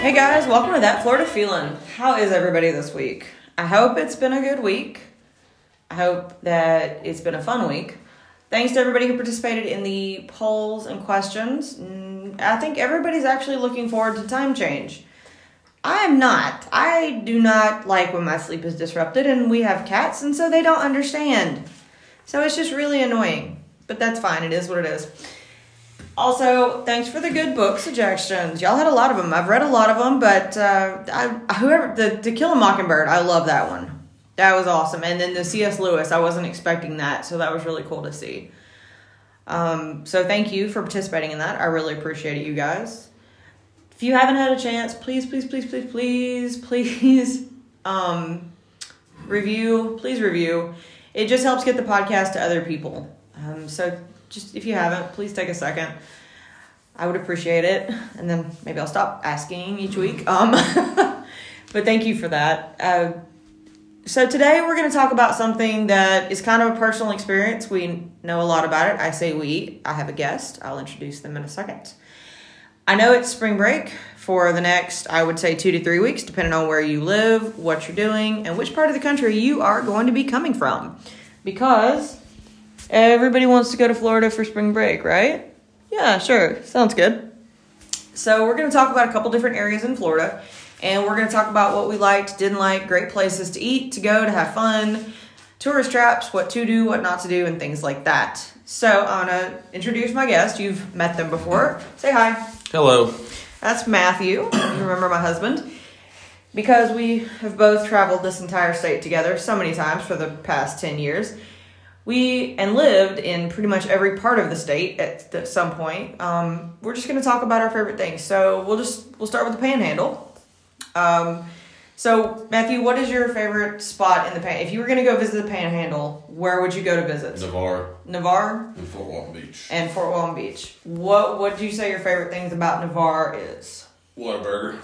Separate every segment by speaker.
Speaker 1: Hey guys, welcome to That Florida Feeling. How is everybody this week? I hope it's been a good week. I hope that it's been a fun week. Thanks to everybody who participated in the polls and questions. Mm, I think everybody's actually looking forward to time change. I am not. I do not like when my sleep is disrupted, and we have cats, and so they don't understand. So it's just really annoying. But that's fine, it is what it is. Also, thanks for the good book suggestions. Y'all had a lot of them. I've read a lot of them, but uh, I, whoever the To Kill a Mockingbird, I love that one. That was awesome. And then the C.S. Lewis, I wasn't expecting that, so that was really cool to see. Um, so thank you for participating in that. I really appreciate it, you guys. If you haven't had a chance, please, please, please, please, please, please, um, review. Please review. It just helps get the podcast to other people. Um, so just if you haven't, please take a second. I would appreciate it, and then maybe I'll stop asking each week. Um, but thank you for that. Uh, so today we're going to talk about something that is kind of a personal experience. We know a lot about it. I say we. I have a guest. I'll introduce them in a second. I know it's spring break for the next, I would say, two to three weeks, depending on where you live, what you're doing, and which part of the country you are going to be coming from. Because everybody wants to go to Florida for spring break, right? Yeah, sure. Sounds good. So, we're going to talk about a couple different areas in Florida, and we're going to talk about what we liked, didn't like, great places to eat, to go, to have fun, tourist traps, what to do, what not to do, and things like that. So, I'm going to introduce my guest. You've met them before. Say hi.
Speaker 2: Hello.
Speaker 1: That's Matthew. You remember my husband. Because we have both traveled this entire state together so many times for the past 10 years, we and lived in pretty much every part of the state at th- some point. Um, we're just going to talk about our favorite things. So we'll just we'll start with the Panhandle. Um, so Matthew, what is your favorite spot in the pan? If you were going to go visit the Panhandle, where would you go to visit?
Speaker 2: Navarre
Speaker 1: Navarre
Speaker 2: and Fort Walton Beach.
Speaker 1: and Fort Walton Beach. What would you say your favorite things about Navarre is?
Speaker 2: Whataburger.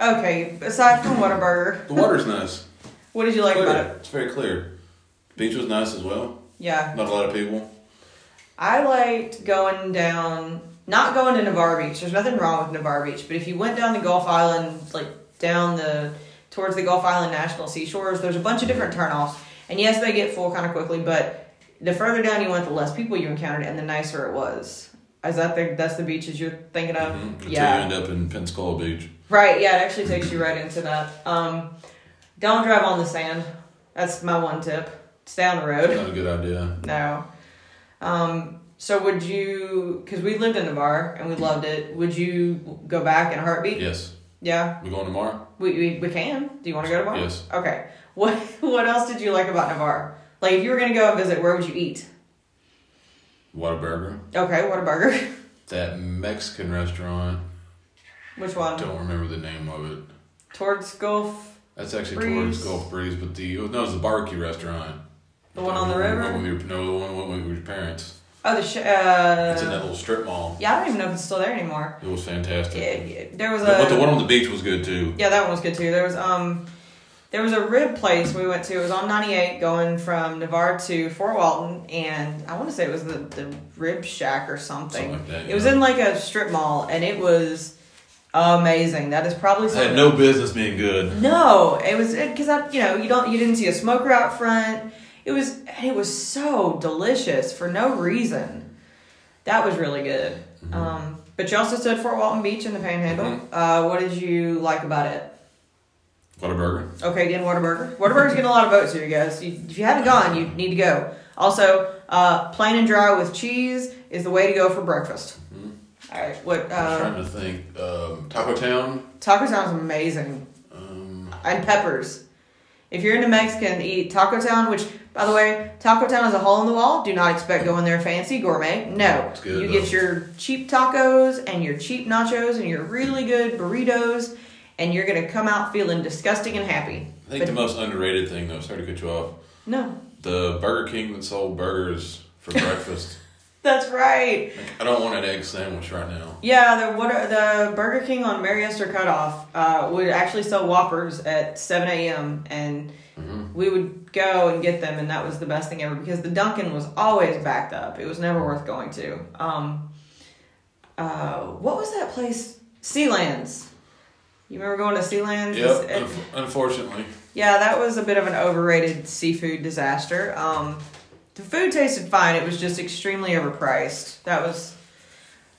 Speaker 1: Okay, aside from Whataburger,
Speaker 2: The water's nice.
Speaker 1: what did you like about
Speaker 2: Clear.
Speaker 1: it?
Speaker 2: It's very clear. Beach was nice as well.
Speaker 1: Yeah.
Speaker 2: Not a lot of people.
Speaker 1: I liked going down, not going to Navarre Beach. There's nothing wrong with Navarre Beach, but if you went down the Gulf Island, like down the towards the Gulf Island National Seashores, there's a bunch of different turnoffs. And yes, they get full kind of quickly, but the further down you went, the less people you encountered, and the nicer it was. Is that the, that's the beaches you're thinking of?
Speaker 2: Until
Speaker 1: Yeah.
Speaker 2: you Mm-hmm. end up in Pensacola Beach.
Speaker 1: Right, yeah, it actually takes you right into that. Um, don't drive on the sand. That's my one tip. Stay on the road.
Speaker 2: Not a good idea.
Speaker 1: No. Um, so would you, because we lived in Navarre and we loved it, would you go back in a heartbeat?
Speaker 2: Yes.
Speaker 1: Yeah,
Speaker 2: We're going tomorrow?
Speaker 1: we, we, we can. Do you want to go tomorrow?
Speaker 2: Yes.
Speaker 1: Okay. What, what else did you like about Navarre? Like, if you were going to go and visit, where would you eat?
Speaker 2: Whataburger.
Speaker 1: Okay, what a burger.
Speaker 2: That Mexican restaurant.
Speaker 1: Which one?
Speaker 2: Don't remember the name of it.
Speaker 1: Towards Gulf?
Speaker 2: That's actually
Speaker 1: Breeze.
Speaker 2: towards Gulf Breeze, but the no, it's a barbecue restaurant.
Speaker 1: The one on the river?
Speaker 2: No, no, the one with your parents.
Speaker 1: Oh, the, sh- uh.
Speaker 2: It's in that little strip mall.
Speaker 1: Yeah, I don't even know if it's still there anymore.
Speaker 2: It was fantastic.
Speaker 1: Yeah, yeah, there was uh, a
Speaker 2: But the one on the beach was good too.
Speaker 1: yeah that one was good too there was um there was a rib place we went to it was on 98 going from navarre to fort walton and i want to say it was the, the rib shack or something,
Speaker 2: Something like that,
Speaker 1: it was
Speaker 2: yeah.
Speaker 1: in like a strip mall and it was amazing that is probably
Speaker 2: I
Speaker 1: something
Speaker 2: had no business being good.
Speaker 1: no, it was because I, you know, you don't, you didn't see a smoker out front. It was, and it was so delicious for no reason. That was really good.
Speaker 2: Mm-hmm.
Speaker 1: Um, but you also stood Fort Walton Beach in the Panhandle. Uh, what did you like about it?
Speaker 2: Whataburger.
Speaker 1: Okay, again, Whataburger. Whataburger's getting a lot of votes here, you guys. You, if you haven't gone, you need to go. Also, uh, plain and dry with cheese is the way to go for breakfast.
Speaker 2: Mm-hmm.
Speaker 1: All right, what
Speaker 2: I'm
Speaker 1: uh,
Speaker 2: trying to think. Um, Taco Town.
Speaker 1: Taco Town's amazing.
Speaker 2: Um,
Speaker 1: and peppers. If you're into Mexican, eat Taco Town, which, by the way, Taco Town is a hole in the wall. Do not expect going there fancy gourmet. No.
Speaker 2: It's good,
Speaker 1: you
Speaker 2: though.
Speaker 1: get your cheap tacos and your cheap nachos and your really good burritos, and you're going to come out feeling disgusting and happy.
Speaker 2: I think the most underrated thing, though, sorry to cut you off,
Speaker 1: No.
Speaker 2: the Burger King that sold burgers for breakfast.
Speaker 1: That's right.
Speaker 2: I don't want an egg sandwich right now.
Speaker 1: Yeah, the what are- the Burger King on Mariester Cutoff uh, would actually sell Whoppers at seven a.m. and we would go and get them, and that was the best thing ever because the Dunkin' was always backed up. It was never worth going to. Um, uh, what was that place? Sealands. You remember going to Sealands?
Speaker 2: Yep. unf- unfortunately,
Speaker 1: Yeah, that was a bit of an overrated seafood disaster. Um, the food tasted fine. It was just extremely overpriced. That was.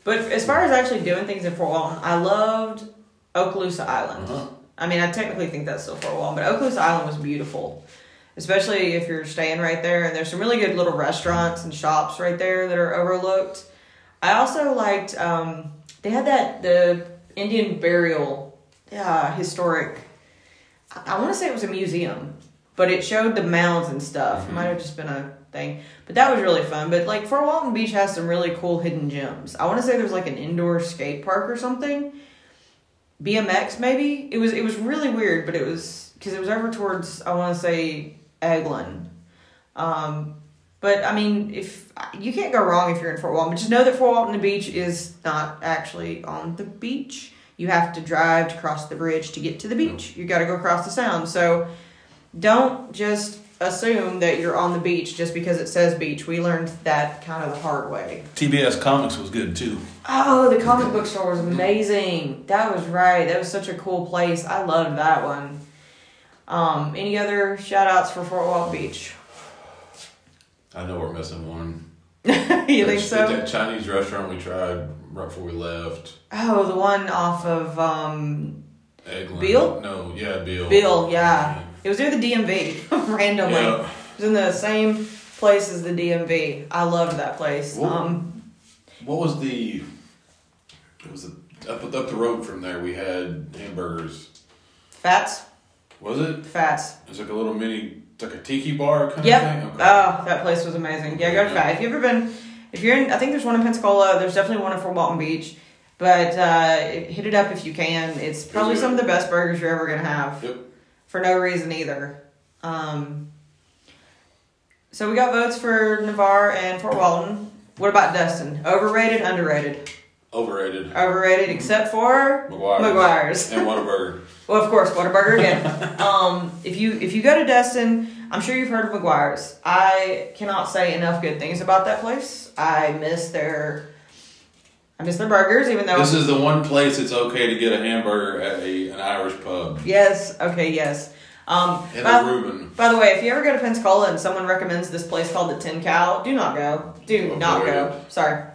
Speaker 1: But as far as actually doing things in Fort Walton, I loved Okaloosa Island.
Speaker 2: Uh-huh.
Speaker 1: I mean, I technically think that's still Fort Walton, but Okaloosa Island was beautiful, especially if you're staying right there. And there's some really good little restaurants and shops right there that are overlooked. I also liked. Um, they had that the Indian burial uh, historic I want to say it was a museum, but it showed the mounds and stuff. It might have just been a thing, but that was really fun. But like Fort Walton Beach has some really cool hidden gems. I want to say there's like an indoor skate park or something, BMX maybe. It was it was really weird, but it was because it was over towards I want to say Eglin. Um, but I mean, if you can't go wrong if you're in Fort Walton, but just know that Fort Walton Beach is not actually on the beach. You have to drive to cross the bridge to get to the beach. You got to go across the sound. So don't just assume that you're on the beach just because it says beach. We learned that kind of the hard way.
Speaker 2: TBS Comics was good too.
Speaker 1: Oh, the comic book store was amazing. That was right. That was such a cool place. I loved that one. Um, any other shout outs for Fort Walton Beach?
Speaker 2: I know we're missing one.
Speaker 1: you think
Speaker 2: That-
Speaker 1: so?
Speaker 2: That Chinese restaurant we tried right before we left.
Speaker 1: Oh, the one off of um,
Speaker 2: Eglin.
Speaker 1: Beale?
Speaker 2: No, yeah, Bill.
Speaker 1: Bill, yeah. It was near the DMV, randomly.
Speaker 2: Yeah.
Speaker 1: It was in the same place as the DMV. I loved that place.
Speaker 2: Whoa.
Speaker 1: Um,
Speaker 2: What was the? It was a, up up the road from there. We had hamburgers.
Speaker 1: Fats,
Speaker 2: Was it?
Speaker 1: Fats.
Speaker 2: It's like a little mini, it's like a tiki bar kind
Speaker 1: Yep.
Speaker 2: of thing. Okay.
Speaker 1: Oh, that place was amazing. Yeah, go to
Speaker 2: Yeah.
Speaker 1: Fat. If you ever been, if you're in, I think there's one in Pensacola. There's definitely one in Fort Walton Beach. But uh, hit it up if you can. It's probably
Speaker 2: good.
Speaker 1: some of the best burgers you're ever gonna have.
Speaker 2: Yep.
Speaker 1: for no reason either. Um, so we got votes for Navarre and Fort Walton. What about Dustin? Overrated, underrated,
Speaker 2: Overrated.
Speaker 1: overrated, except for
Speaker 2: McGuire.
Speaker 1: McGuire's.
Speaker 2: And Whataburger.
Speaker 1: Well, of course, Whataburger again. um, if you if you go to Destin, I'm sure you've heard of McGuire's. I cannot say enough good things about that place. I miss their, I miss their burgers, even though
Speaker 2: This is the one place it's okay to get a hamburger at a, an Irish pub.
Speaker 1: yes, okay, yes. Um,
Speaker 2: And
Speaker 1: but-
Speaker 2: a Reuben.
Speaker 1: By the way, if you ever go to Pensacola and someone recommends this place called the Tin Cow, do not go. Do not
Speaker 2: Avoid
Speaker 1: go. Sorry.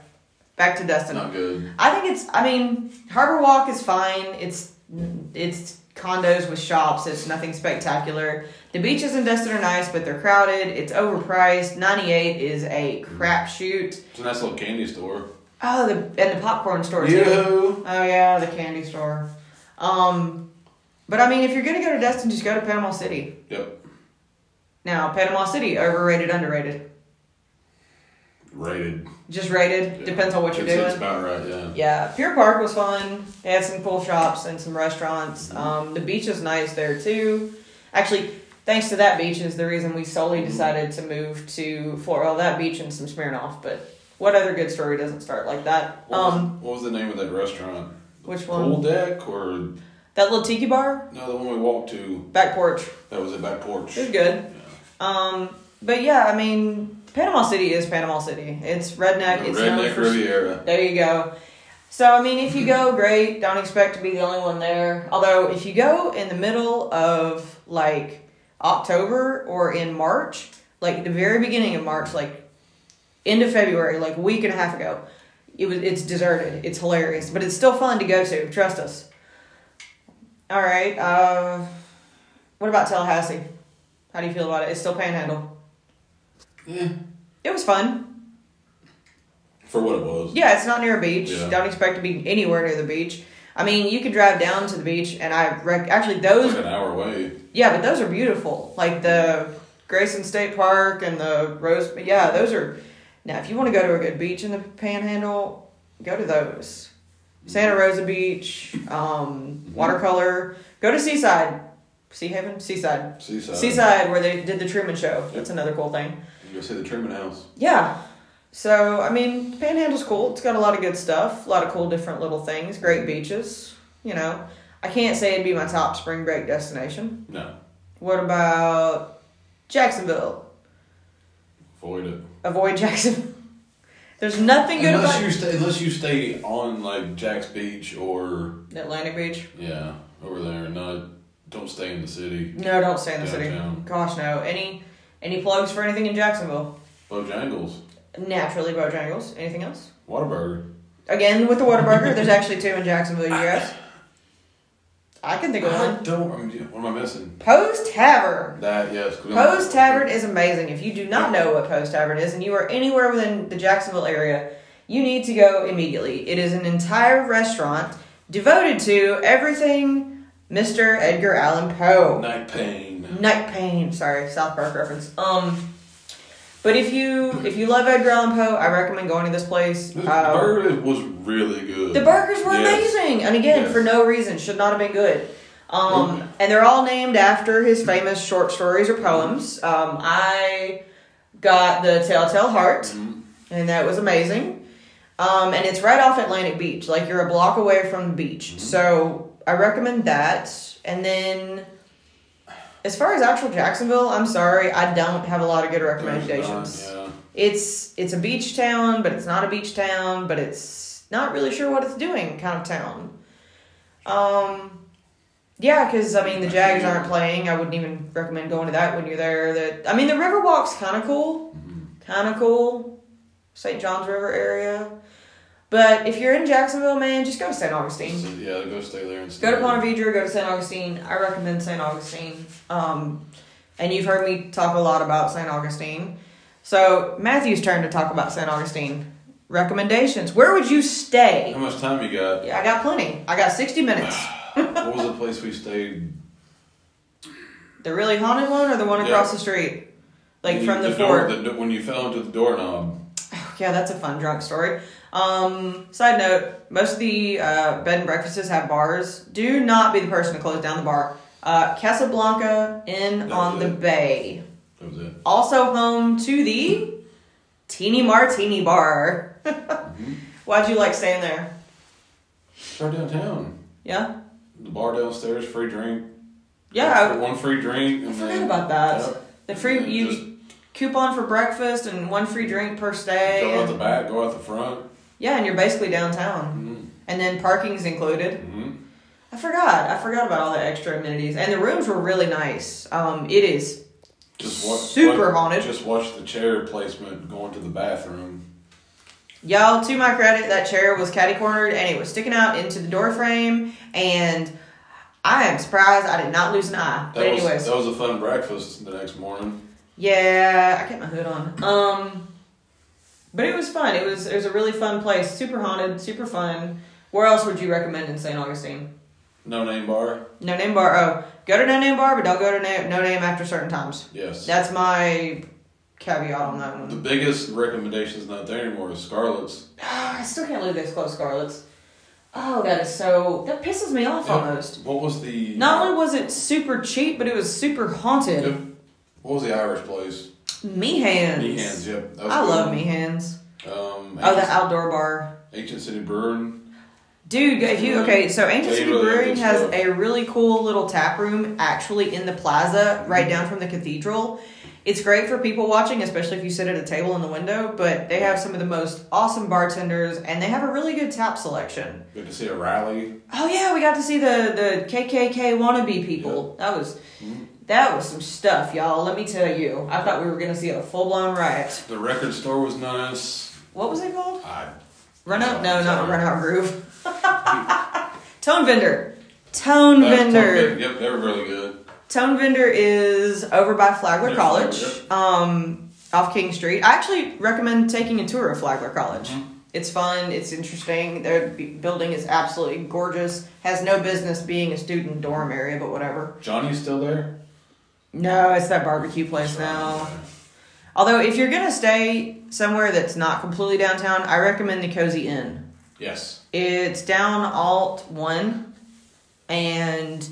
Speaker 1: Back to Destin.
Speaker 2: Not good.
Speaker 1: I think it's. I mean, Harbor Walk is fine. It's it's condos with shops. It's nothing spectacular. The beaches in Destin are nice, but they're crowded. It's overpriced. Ninety eight is a crapshoot.
Speaker 2: It's a nice little candy store.
Speaker 1: Oh, the and the popcorn store too.
Speaker 2: Yoo-hoo.
Speaker 1: Oh yeah, the candy store. Um, but I mean, if you're gonna go to Destin, just go to Panama City.
Speaker 2: Yep.
Speaker 1: Now, Panama City, overrated, underrated.
Speaker 2: Rated.
Speaker 1: Just rated.
Speaker 2: Yeah.
Speaker 1: Depends on what you're
Speaker 2: It's- It's
Speaker 1: doing.
Speaker 2: about right, yeah.
Speaker 1: Yeah, Pier Park was fun. They had some cool shops and some restaurants.
Speaker 2: Mm-hmm.
Speaker 1: Um, the beach is nice there too. Actually, thanks to that beach is the reason we
Speaker 2: Mm-hmm.
Speaker 1: solely decided to move to Florida. Well, that beach and some Smirnoff, but what other good story doesn't start like that?
Speaker 2: What,
Speaker 1: Um,
Speaker 2: was, what was the name of that restaurant?
Speaker 1: which
Speaker 2: Pool
Speaker 1: one?
Speaker 2: deck or
Speaker 1: That little tiki bar,
Speaker 2: no? The one we walked to
Speaker 1: back porch.
Speaker 2: that was a back porch.
Speaker 1: It was good. Um, but yeah, I mean, Panama City is Panama City. It's redneck.
Speaker 2: The
Speaker 1: it's known
Speaker 2: Redneck
Speaker 1: for
Speaker 2: Riviera.
Speaker 1: There you go. So I mean, if you go, great. Don't expect to be the only one there. Although, if you go in the middle of like October or in March, like the very beginning of March, like end of February, like a week and a half ago, it was it's deserted. It's hilarious, but it's still fun to go to. Trust us. All right. Uh, what about Tallahassee? How do you feel about it? It's still Panhandle.
Speaker 2: Yeah.
Speaker 1: It was fun.
Speaker 2: For what it was.
Speaker 1: Yeah, it's not near a beach.
Speaker 2: Yeah.
Speaker 1: Don't expect to be anywhere near the beach. I mean, you could drive down to the beach, and I rec- actually
Speaker 2: It's
Speaker 1: those.
Speaker 2: like an hour away.
Speaker 1: Yeah, but those are beautiful. Like the Grayson State Park and the Rose. but Yeah, those are. Now, if you want to go to a good beach in the Panhandle, go to those.
Speaker 2: Mm-hmm.
Speaker 1: Santa Rosa Beach, um, watercolor. Go to Seaside, Sea Haven, Seaside,
Speaker 2: Seaside.
Speaker 1: Seaside, where they did the Truman Show. That's another cool thing.
Speaker 2: You go see the Truman House.
Speaker 1: Yeah. So, I mean, Panhandle's cool. It's got a lot of good stuff, a lot of cool different little things, great beaches, you know. I can't say it'd be my top spring break destination.
Speaker 2: No.
Speaker 1: What about Jacksonville?
Speaker 2: Avoid it.
Speaker 1: Avoid Jacksonville. There's nothing good
Speaker 2: Unless
Speaker 1: about
Speaker 2: you stay, unless you stay on like Jack's Beach or
Speaker 1: Atlantic Beach.
Speaker 2: yeah over there, not don't stay in the city.
Speaker 1: No, don't stay in the city.
Speaker 2: Downtown.
Speaker 1: Gosh, no. Any any plugs for anything in Jacksonville?
Speaker 2: Bojangles,
Speaker 1: Naturally, Bojangles. Anything else?
Speaker 2: Whataburger.
Speaker 1: Again with the Whataburger. There's actually two in Jacksonville. You guys. I can think of
Speaker 2: I
Speaker 1: one.
Speaker 2: don't. I mean, what am I missing?
Speaker 1: Poe's Tavern.
Speaker 2: That yes. 'cause we don't-
Speaker 1: Poe's Tavern is amazing. If you do not know what Poe's Tavern is and you are anywhere within the Jacksonville area, you need to go immediately. It is an entire restaurant devoted to everything Mr. Edgar Allan Poe.
Speaker 2: Night pain.
Speaker 1: Night Pain, sorry, South Park reference. Um but if you if you love Edgar Allan Poe, I recommend going to this place.
Speaker 2: The
Speaker 1: Uh,
Speaker 2: burger was really good.
Speaker 1: the burgers were
Speaker 2: Yes.
Speaker 1: amazing, and again,
Speaker 2: Yes.
Speaker 1: for no reason, should not have been good. Um, And they're all named after his famous short stories or poems.
Speaker 2: Mm-hmm.
Speaker 1: Um, I got the Telltale Heart,
Speaker 2: Mhm.
Speaker 1: and that was amazing. Um, and it's right off Atlantic Beach, like you're a block away from the beach.
Speaker 2: Mm-hmm.
Speaker 1: So I recommend that. And then, as far as actual Jacksonville, I'm sorry, I don't have a lot of good
Speaker 2: There's
Speaker 1: recommendations
Speaker 2: not- yeah.
Speaker 1: it's it's a beach town, but it's not a beach town, but it's not really sure what it's doing kind of town. Um, yeah, because I mean the Jags aren't playing. I wouldn't even recommend going to that when you're there. That I mean the Riverwalk's kind of cool, kind of cool, St. Johns River area. But if you're in Jacksonville, man, just go to St. Augustine.
Speaker 2: So, yeah, go stay there and stay
Speaker 1: Go to Ponte Vedra, go to St. Augustine. I recommend St. Augustine. Um, and you've heard me talk a lot about St. Augustine. So, Matthew's turn to talk about St. Augustine. Recommendations. Where would you
Speaker 2: How
Speaker 1: stay?
Speaker 2: much time you got?
Speaker 1: Yeah, I got plenty. I got 60 minutes.
Speaker 2: what was the place we stayed?
Speaker 1: The really haunted one or the one across
Speaker 2: Yeah.
Speaker 1: the street? Like
Speaker 2: You-
Speaker 1: from the,
Speaker 2: door-
Speaker 1: fort.
Speaker 2: the do- when you fell into the doorknob.
Speaker 1: yeah, that's a fun drunk story. Um, side note: most of the uh, bed and breakfasts have bars. Do not be the person to close down the bar. Uh, Casablanca Inn
Speaker 2: That's
Speaker 1: on the
Speaker 2: it.
Speaker 1: Bay,
Speaker 2: That was it.
Speaker 1: also home to the Teeny Martini Bar.
Speaker 2: Mm-hmm.
Speaker 1: Why'd you like staying there?
Speaker 2: Right downtown.
Speaker 1: Yeah,
Speaker 2: The bar downstairs, free drink.
Speaker 1: yeah.
Speaker 2: one free drink.
Speaker 1: I, I
Speaker 2: And
Speaker 1: forgot
Speaker 2: then,
Speaker 1: about that.
Speaker 2: Yep.
Speaker 1: The free
Speaker 2: And just
Speaker 1: you coupon for breakfast and one free drink per stay.
Speaker 2: go out the back, go out the front.
Speaker 1: yeah, and you're basically downtown,
Speaker 2: Mm-hmm.
Speaker 1: and then parking's included.
Speaker 2: Mm-hmm.
Speaker 1: I forgot. I forgot about all the extra amenities, and the rooms were really nice. Um, it is
Speaker 2: Just watch,
Speaker 1: Super haunted.
Speaker 2: Just watch the chair placement going to the bathroom.
Speaker 1: y'all. To my credit, that chair was catty cornered and it was sticking out into the door frame. And I am surprised I did not lose an eye.
Speaker 2: That
Speaker 1: But anyways,
Speaker 2: was that was a fun breakfast the next morning.
Speaker 1: yeah, I kept my hood on. Um, but it was fun. It was it was a really fun place. Super haunted, super fun. Where else would you recommend in St. Augustine?
Speaker 2: No name bar.
Speaker 1: No name bar. Oh, go to no name bar, but don't go to no, no name after certain times.
Speaker 2: Yes.
Speaker 1: That's my caveat on that one.
Speaker 2: the biggest recommendation's not there anymore. Is Scarlett's.
Speaker 1: Ah, I still can't believe they closed Scarlet's. Oh, that is so. That pisses me off almost.
Speaker 2: What was the?
Speaker 1: Not only was it super cheap, but it was super haunted.
Speaker 2: Yep. What was the Irish place?
Speaker 1: Meehan's.
Speaker 2: Meehan's. Yep. That was
Speaker 1: I
Speaker 2: good.
Speaker 1: love Meehan's.
Speaker 2: Um,
Speaker 1: Oh, the
Speaker 2: Ancient,
Speaker 1: outdoor bar.
Speaker 2: Ancient City Brewing.
Speaker 1: Dude, if you okay? So Ancient
Speaker 2: They
Speaker 1: City
Speaker 2: really have
Speaker 1: Brewing
Speaker 2: good
Speaker 1: has
Speaker 2: stuff.
Speaker 1: a really cool little tap room actually in the plaza, right down from the cathedral. It's great for people watching, especially if you sit at a table in the window. But they have some of the most awesome bartenders, and they have a really good tap selection.
Speaker 2: Good to see a rally.
Speaker 1: Oh yeah, we got to see the the KKK wannabe people. That was that was some stuff, y'all. Let me tell you. I thought we were gonna see a full blown riot.
Speaker 2: The record store was nice.
Speaker 1: What was it called?
Speaker 2: I
Speaker 1: Run out? No, not
Speaker 2: Sorry.
Speaker 1: run out groove. Tone vendor. Uh, Tone
Speaker 2: That was Tom
Speaker 1: vendor.
Speaker 2: Fitton. Yep, they were really good.
Speaker 1: Tone vendor is over by Flagler
Speaker 2: Yeah,
Speaker 1: College,
Speaker 2: Flagler,
Speaker 1: um, off King Street. I actually recommend taking a tour of Flagler College. It's fun. It's interesting. Their b- building is absolutely gorgeous. Has no business being a student dorm area, but whatever.
Speaker 2: Johnny's still there.
Speaker 1: No, it's that barbecue place now. Although, if you're gonna stay somewhere that's not completely downtown, I recommend the Cozy Inn.
Speaker 2: Yes.
Speaker 1: It's down Alt One, and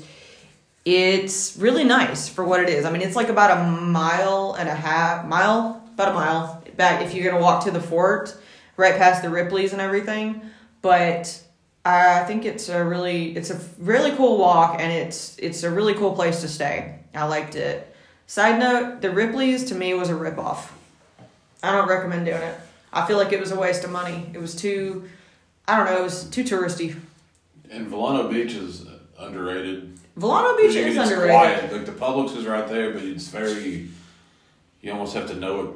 Speaker 1: it's really nice for what it is. I mean, it's like about a mile and a half, mile, about a mile back if you're gonna walk to the fort, right past the Ripley's and everything. But I think it's a really, it's a really cool walk, and it's it's a really cool place to stay. I liked it. Side note: the Ripley's to me was a ripoff. I don't recommend doing it. I feel like it was a waste of money. It was too, I don't know, it was too touristy.
Speaker 2: And Volano Beach is underrated.
Speaker 1: Volano Beach
Speaker 2: You-
Speaker 1: is
Speaker 2: it's
Speaker 1: underrated.
Speaker 2: quiet. Like the Publix is right there, but it's very. You almost have to know it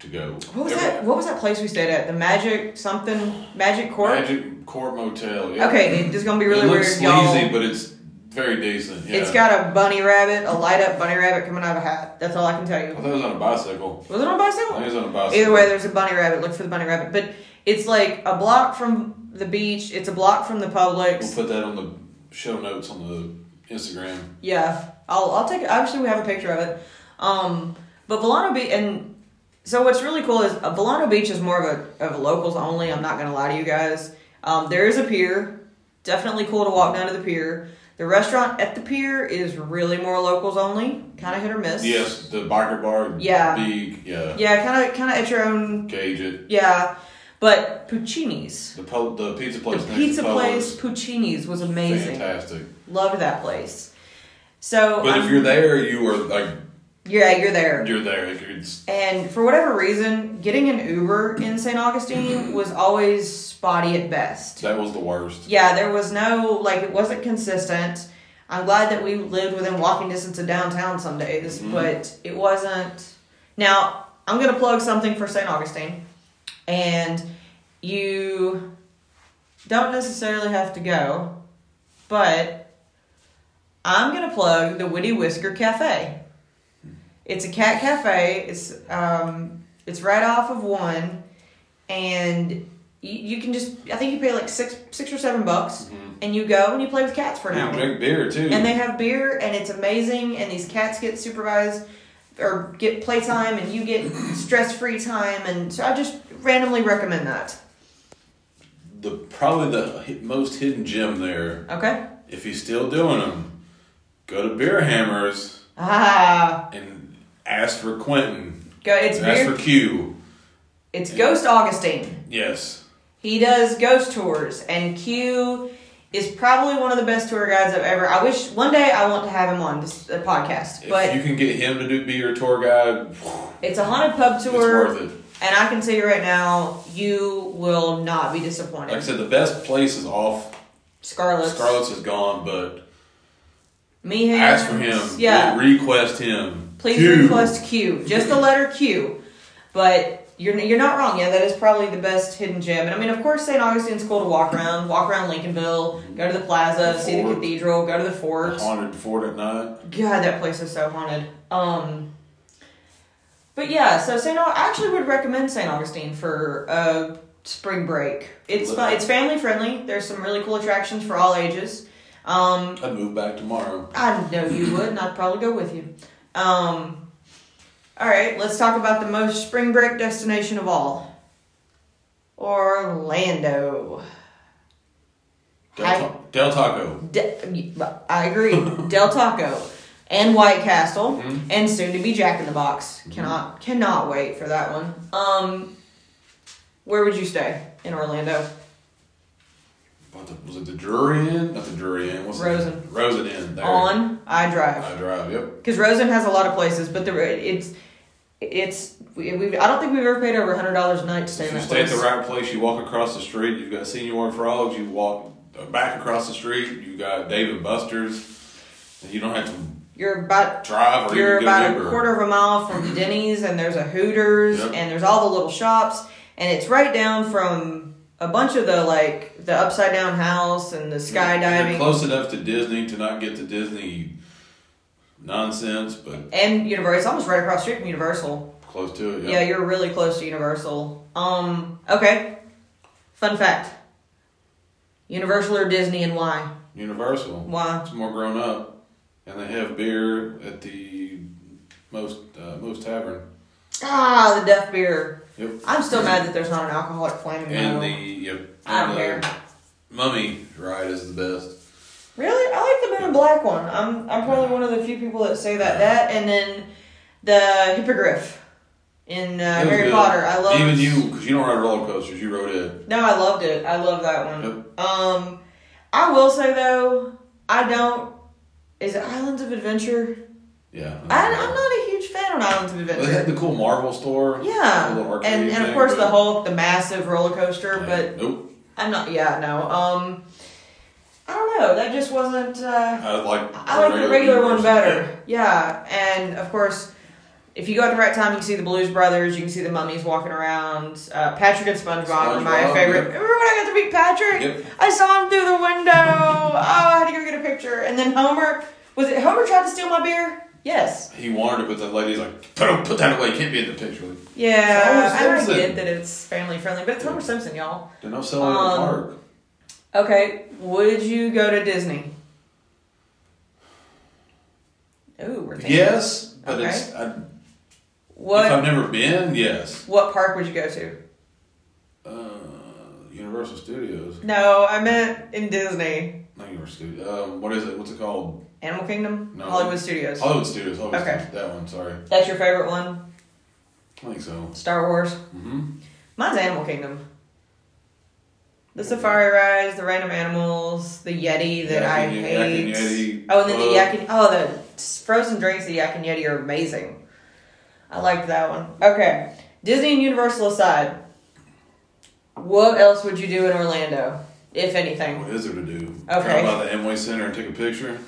Speaker 2: to go.
Speaker 1: What was
Speaker 2: Every-
Speaker 1: that? What was that place we stayed at? The Magic something Magic Court.
Speaker 2: Magic Court Motel. Yeah.
Speaker 1: Okay, this is gonna be really
Speaker 2: it looks
Speaker 1: weird, y'all.
Speaker 2: sleazy, but it's very decent. Yeah.
Speaker 1: It's got a bunny rabbit, a light up bunny rabbit coming out of a hat. That's all I can tell
Speaker 2: I
Speaker 1: you.
Speaker 2: thought it was on a bicycle.
Speaker 1: Was it on a
Speaker 2: I think
Speaker 1: bicycle?
Speaker 2: it was on a bicycle.
Speaker 1: Either way, there's a bunny rabbit. Look for the bunny rabbit. But it's like a block from the beach. It's a block from the
Speaker 2: We'll
Speaker 1: Publix.
Speaker 2: put that on the show notes on the Instagram.
Speaker 1: Yeah, I'll I'll take. Actually, we have a picture of it. Um, but Volano Beach and so what's really cool is uh, Volano Beach is more of a of a locals only. I'm not gonna lie to you guys. Um, there is a pier. Definitely cool to walk down to the pier. The restaurant at the pier is really more locals only. Kind of hit or miss.
Speaker 2: Yes, the biker bar.
Speaker 1: Yeah.
Speaker 2: Big. Yeah.
Speaker 1: Yeah, kind of kind of at your own.
Speaker 2: Gauge it.
Speaker 1: Yeah, but Puccini's.
Speaker 2: The po- the pizza
Speaker 1: The
Speaker 2: place. next
Speaker 1: pizza
Speaker 2: to Publix,
Speaker 1: place Puccini's was amazing.
Speaker 2: Oh, Fantastic.
Speaker 1: Loved that place. So
Speaker 2: But if
Speaker 1: I'm-
Speaker 2: you're there, you are like
Speaker 1: yeah, you're there.
Speaker 2: you're there. Like, it's
Speaker 1: And for whatever reason, getting an Uber in St. Augustine was always spotty at best.
Speaker 2: that was the worst.
Speaker 1: Yeah, there was no, like, it wasn't consistent. I'm glad that we lived within walking distance of downtown some days,
Speaker 2: Mhm.
Speaker 1: but it wasn't. Now, I'm going to plug something for St. Augustine. And you don't necessarily have to go, but I'm going to plug the Witty Whisker Cafe. It's a cat cafe. It's um, it's right off of one, and you, you can just I think you pay like six six or seven bucks,
Speaker 2: Mhm.
Speaker 1: and you go and you play with cats for an
Speaker 2: You
Speaker 1: hour.
Speaker 2: drink beer too.
Speaker 1: And they have beer, and it's amazing. And these cats get supervised or get playtime, and you get stress free time. And so I just randomly recommend that.
Speaker 2: the probably the hi- most hidden gem there.
Speaker 1: Okay.
Speaker 2: If he's still doing them, go to Beer Hammers
Speaker 1: Ah,
Speaker 2: and ask for Quentin.
Speaker 1: go. It's
Speaker 2: Ask
Speaker 1: beer.
Speaker 2: for Q.
Speaker 1: It's Ghost Augustine.
Speaker 2: Yes.
Speaker 1: He does ghost tours, and Q is probably one of the best tour guides I've ever. I wish one day I want to have him on this a podcast,
Speaker 2: If
Speaker 1: but
Speaker 2: you can get him to do be your tour guide,
Speaker 1: it's a haunted pub
Speaker 2: it's
Speaker 1: tour,
Speaker 2: worth it.
Speaker 1: and I can tell you right now, you will not be disappointed.
Speaker 2: Like I said, the best place is off.
Speaker 1: Scarlet,
Speaker 2: Scarlett's is gone, but
Speaker 1: me,
Speaker 2: ask for him.
Speaker 1: Yeah,
Speaker 2: Re- request him.
Speaker 1: please
Speaker 2: Q.
Speaker 1: request Q, just the letter Q. But you're you're not wrong. Yeah, that is probably the best hidden gem. And I mean, of course, St. Augustine's cool to walk around. Walk around Lincolnville, go to the plaza,
Speaker 2: The
Speaker 1: see the
Speaker 2: fort.
Speaker 1: cathedral, go to the fort.
Speaker 2: Haunted Fort at night.
Speaker 1: God, that place is so haunted. Um, but yeah, so Saint Au- I actually would recommend Saint Augustine for a spring break. It's fun. It's family friendly. There's some really cool attractions for all ages. Um,
Speaker 2: I'd move back tomorrow.
Speaker 1: I know you would, and I'd probably go with you. Um, all right, let's talk about the most spring break destination of all. Orlando.
Speaker 2: Del,
Speaker 1: I-
Speaker 2: Ta- Del Taco.
Speaker 1: De- I agree. Del Taco and White Castle
Speaker 2: Mm-hmm.
Speaker 1: and soon to be Jack in the Box. Cannot cannot wait for that one. Um, where would you stay in Orlando?
Speaker 2: What the, was it the Drury Inn? Not the Drury Inn. What's
Speaker 1: Rosen.
Speaker 2: It? Rosen Inn. There.
Speaker 1: On I Drive
Speaker 2: I drive. Yep.
Speaker 1: because Rosen has a lot of places, but the it's it's we, we I don't think we've ever paid over hundred dollars a night to stay
Speaker 2: If
Speaker 1: in
Speaker 2: you
Speaker 1: that
Speaker 2: stay at
Speaker 1: place.
Speaker 2: the right place, you walk across the street. You've got Senior Frogs. You walk back across the street. You got Dave and Buster's. And you don't have to
Speaker 1: You're about
Speaker 2: drive or
Speaker 1: you're
Speaker 2: even get
Speaker 1: about
Speaker 2: an Uber.
Speaker 1: a quarter of a mile from Denny's, and there's a Hooters,
Speaker 2: Yep.
Speaker 1: and there's all the little shops, and it's right down from a bunch of the like the upside down house and the skydiving.
Speaker 2: You're close enough to Disney to not get the Disney nonsense, but
Speaker 1: and Universal. It's almost right across the street from Universal.
Speaker 2: close to it.
Speaker 1: Yeah, you're really close to Universal. Um, okay. Fun fact. Universal or Disney and why?
Speaker 2: Universal.
Speaker 1: Why?
Speaker 2: It's more grown up, and they have beer at the most uh, most tavern.
Speaker 1: Ah, the deaf beer.
Speaker 2: Yep.
Speaker 1: I'm still mad that there's not an alcoholic flame in
Speaker 2: And
Speaker 1: the
Speaker 2: the
Speaker 1: middle.
Speaker 2: yep.
Speaker 1: I don't
Speaker 2: and
Speaker 1: care.
Speaker 2: the Mummy ride is the best.
Speaker 1: Really? I like the moon and black one. I'm I'm probably one of the few people that say that. That and then the hippogriff in uh,
Speaker 2: It was
Speaker 1: Harry
Speaker 2: good.
Speaker 1: Potter. I love
Speaker 2: Even you, because you don't ride roller coasters, you rode it.
Speaker 1: No, I loved it. I love that one. Um, I will say though, I don't. Is it Islands of Adventure?
Speaker 2: Yeah.
Speaker 1: I, I'm not a huge fan of Rhode Islands of
Speaker 2: Well, they had
Speaker 1: Adventure.
Speaker 2: the cool Marvel store. the little
Speaker 1: Yeah,
Speaker 2: arcade
Speaker 1: and and of
Speaker 2: thing,
Speaker 1: course the
Speaker 2: but-
Speaker 1: Hulk, the massive roller coaster,
Speaker 2: Yeah,
Speaker 1: but
Speaker 2: nope.
Speaker 1: I'm not. Yeah, no. Um, I don't know. That just wasn't. Uh,
Speaker 2: I like
Speaker 1: I like the regular one
Speaker 2: universe.
Speaker 1: better. Yeah, and of course, if you go at the right time, you can see the Blues Brothers. You can see the mummies walking around. Uh, Patrick and SpongeBob, are my
Speaker 2: SpongeBob,
Speaker 1: favorite.
Speaker 2: yeah.
Speaker 1: Remember when I got to meet Patrick?
Speaker 2: Yep.
Speaker 1: I saw him through the window. oh, I had to go get a picture. And then Homer was it? Homer tried to steal my beer. Yes.
Speaker 2: He wanted it, but the lady's like, put, put that away. You can't be in the picture. Like,
Speaker 1: Yeah,
Speaker 2: It's Homer
Speaker 1: I
Speaker 2: Simpson.
Speaker 1: get that it's family friendly, but it's Homer Simpson, y'all.
Speaker 2: They're not selling it in
Speaker 1: Um,
Speaker 2: the park.
Speaker 1: Okay, would you go to Disney? Ooh, we're thinking.
Speaker 2: Yes, but it's I, if I've
Speaker 1: What
Speaker 2: never been, yes.
Speaker 1: what park would you go to?
Speaker 2: Uh, Universal Studios,
Speaker 1: No, I meant in Disney.
Speaker 2: not Universal Studios. Uh, what is it? What's it called?
Speaker 1: Animal Kingdom?
Speaker 2: No.
Speaker 1: Hollywood Studios.
Speaker 2: Hollywood Studios. Hollywood
Speaker 1: Okay.
Speaker 2: Studios, that one. Sorry,
Speaker 1: That's your favorite one?
Speaker 2: I think so.
Speaker 1: Star Wars?
Speaker 2: hmm
Speaker 1: Mine's Animal Kingdom. The safari rides, the random animals, the Yeti that I
Speaker 2: Yak and Ye-
Speaker 1: hate.
Speaker 2: Yak and Yeti
Speaker 1: oh, and then the
Speaker 2: Club.
Speaker 1: Yak and oh, the s- frozen drinks, the Yak and Yeti are amazing. I liked that one. Okay, Disney and Universal aside, what else would you do in Orlando, if anything?
Speaker 2: What is there to do?
Speaker 1: Okay.
Speaker 2: Drive by the Amway Center and take a picture.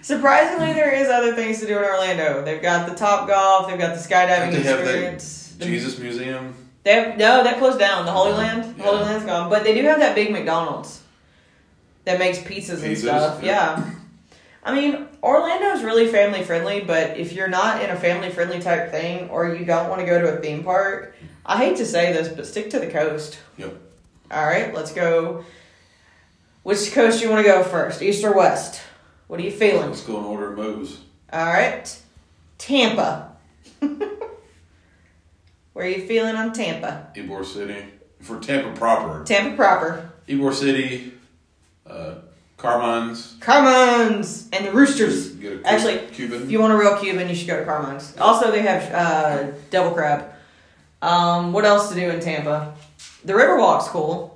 Speaker 1: Surprisingly, there is other things to do in Orlando. They've got the Top Golf, they've got the skydiving
Speaker 2: Don't they have that
Speaker 1: experience. The-
Speaker 2: Jesus Museum.
Speaker 1: They have, no, that closed down. The Holy Land, the Holy
Speaker 2: Yeah.
Speaker 1: Land's gone, but they do have that big McDonald's that makes pizzas, and
Speaker 2: Pizzas,
Speaker 1: stuff.
Speaker 2: yeah.
Speaker 1: Yeah, I mean Orlando's really family friendly, but if you're not in a family friendly type thing or you don't want to go to a theme park, I hate to say this, but stick to the coast.
Speaker 2: Yep.
Speaker 1: All right, let's go. Which coast do you want to go first, east or west? What are you feeling?
Speaker 2: Let's go and order moves.
Speaker 1: All right, Tampa. Where are you feeling on Tampa?
Speaker 2: Ybor City for Tampa proper.
Speaker 1: Tampa proper.
Speaker 2: Ybor City, uh, Carmine's.
Speaker 1: Carmine's and the Roosters.
Speaker 2: Get a Cuban-
Speaker 1: Actually,
Speaker 2: Cuban.
Speaker 1: If you want a real Cuban, you should go to Carmine's. Also, they have uh, Devil Crab. Um, what else to do in Tampa? The Riverwalk's cool.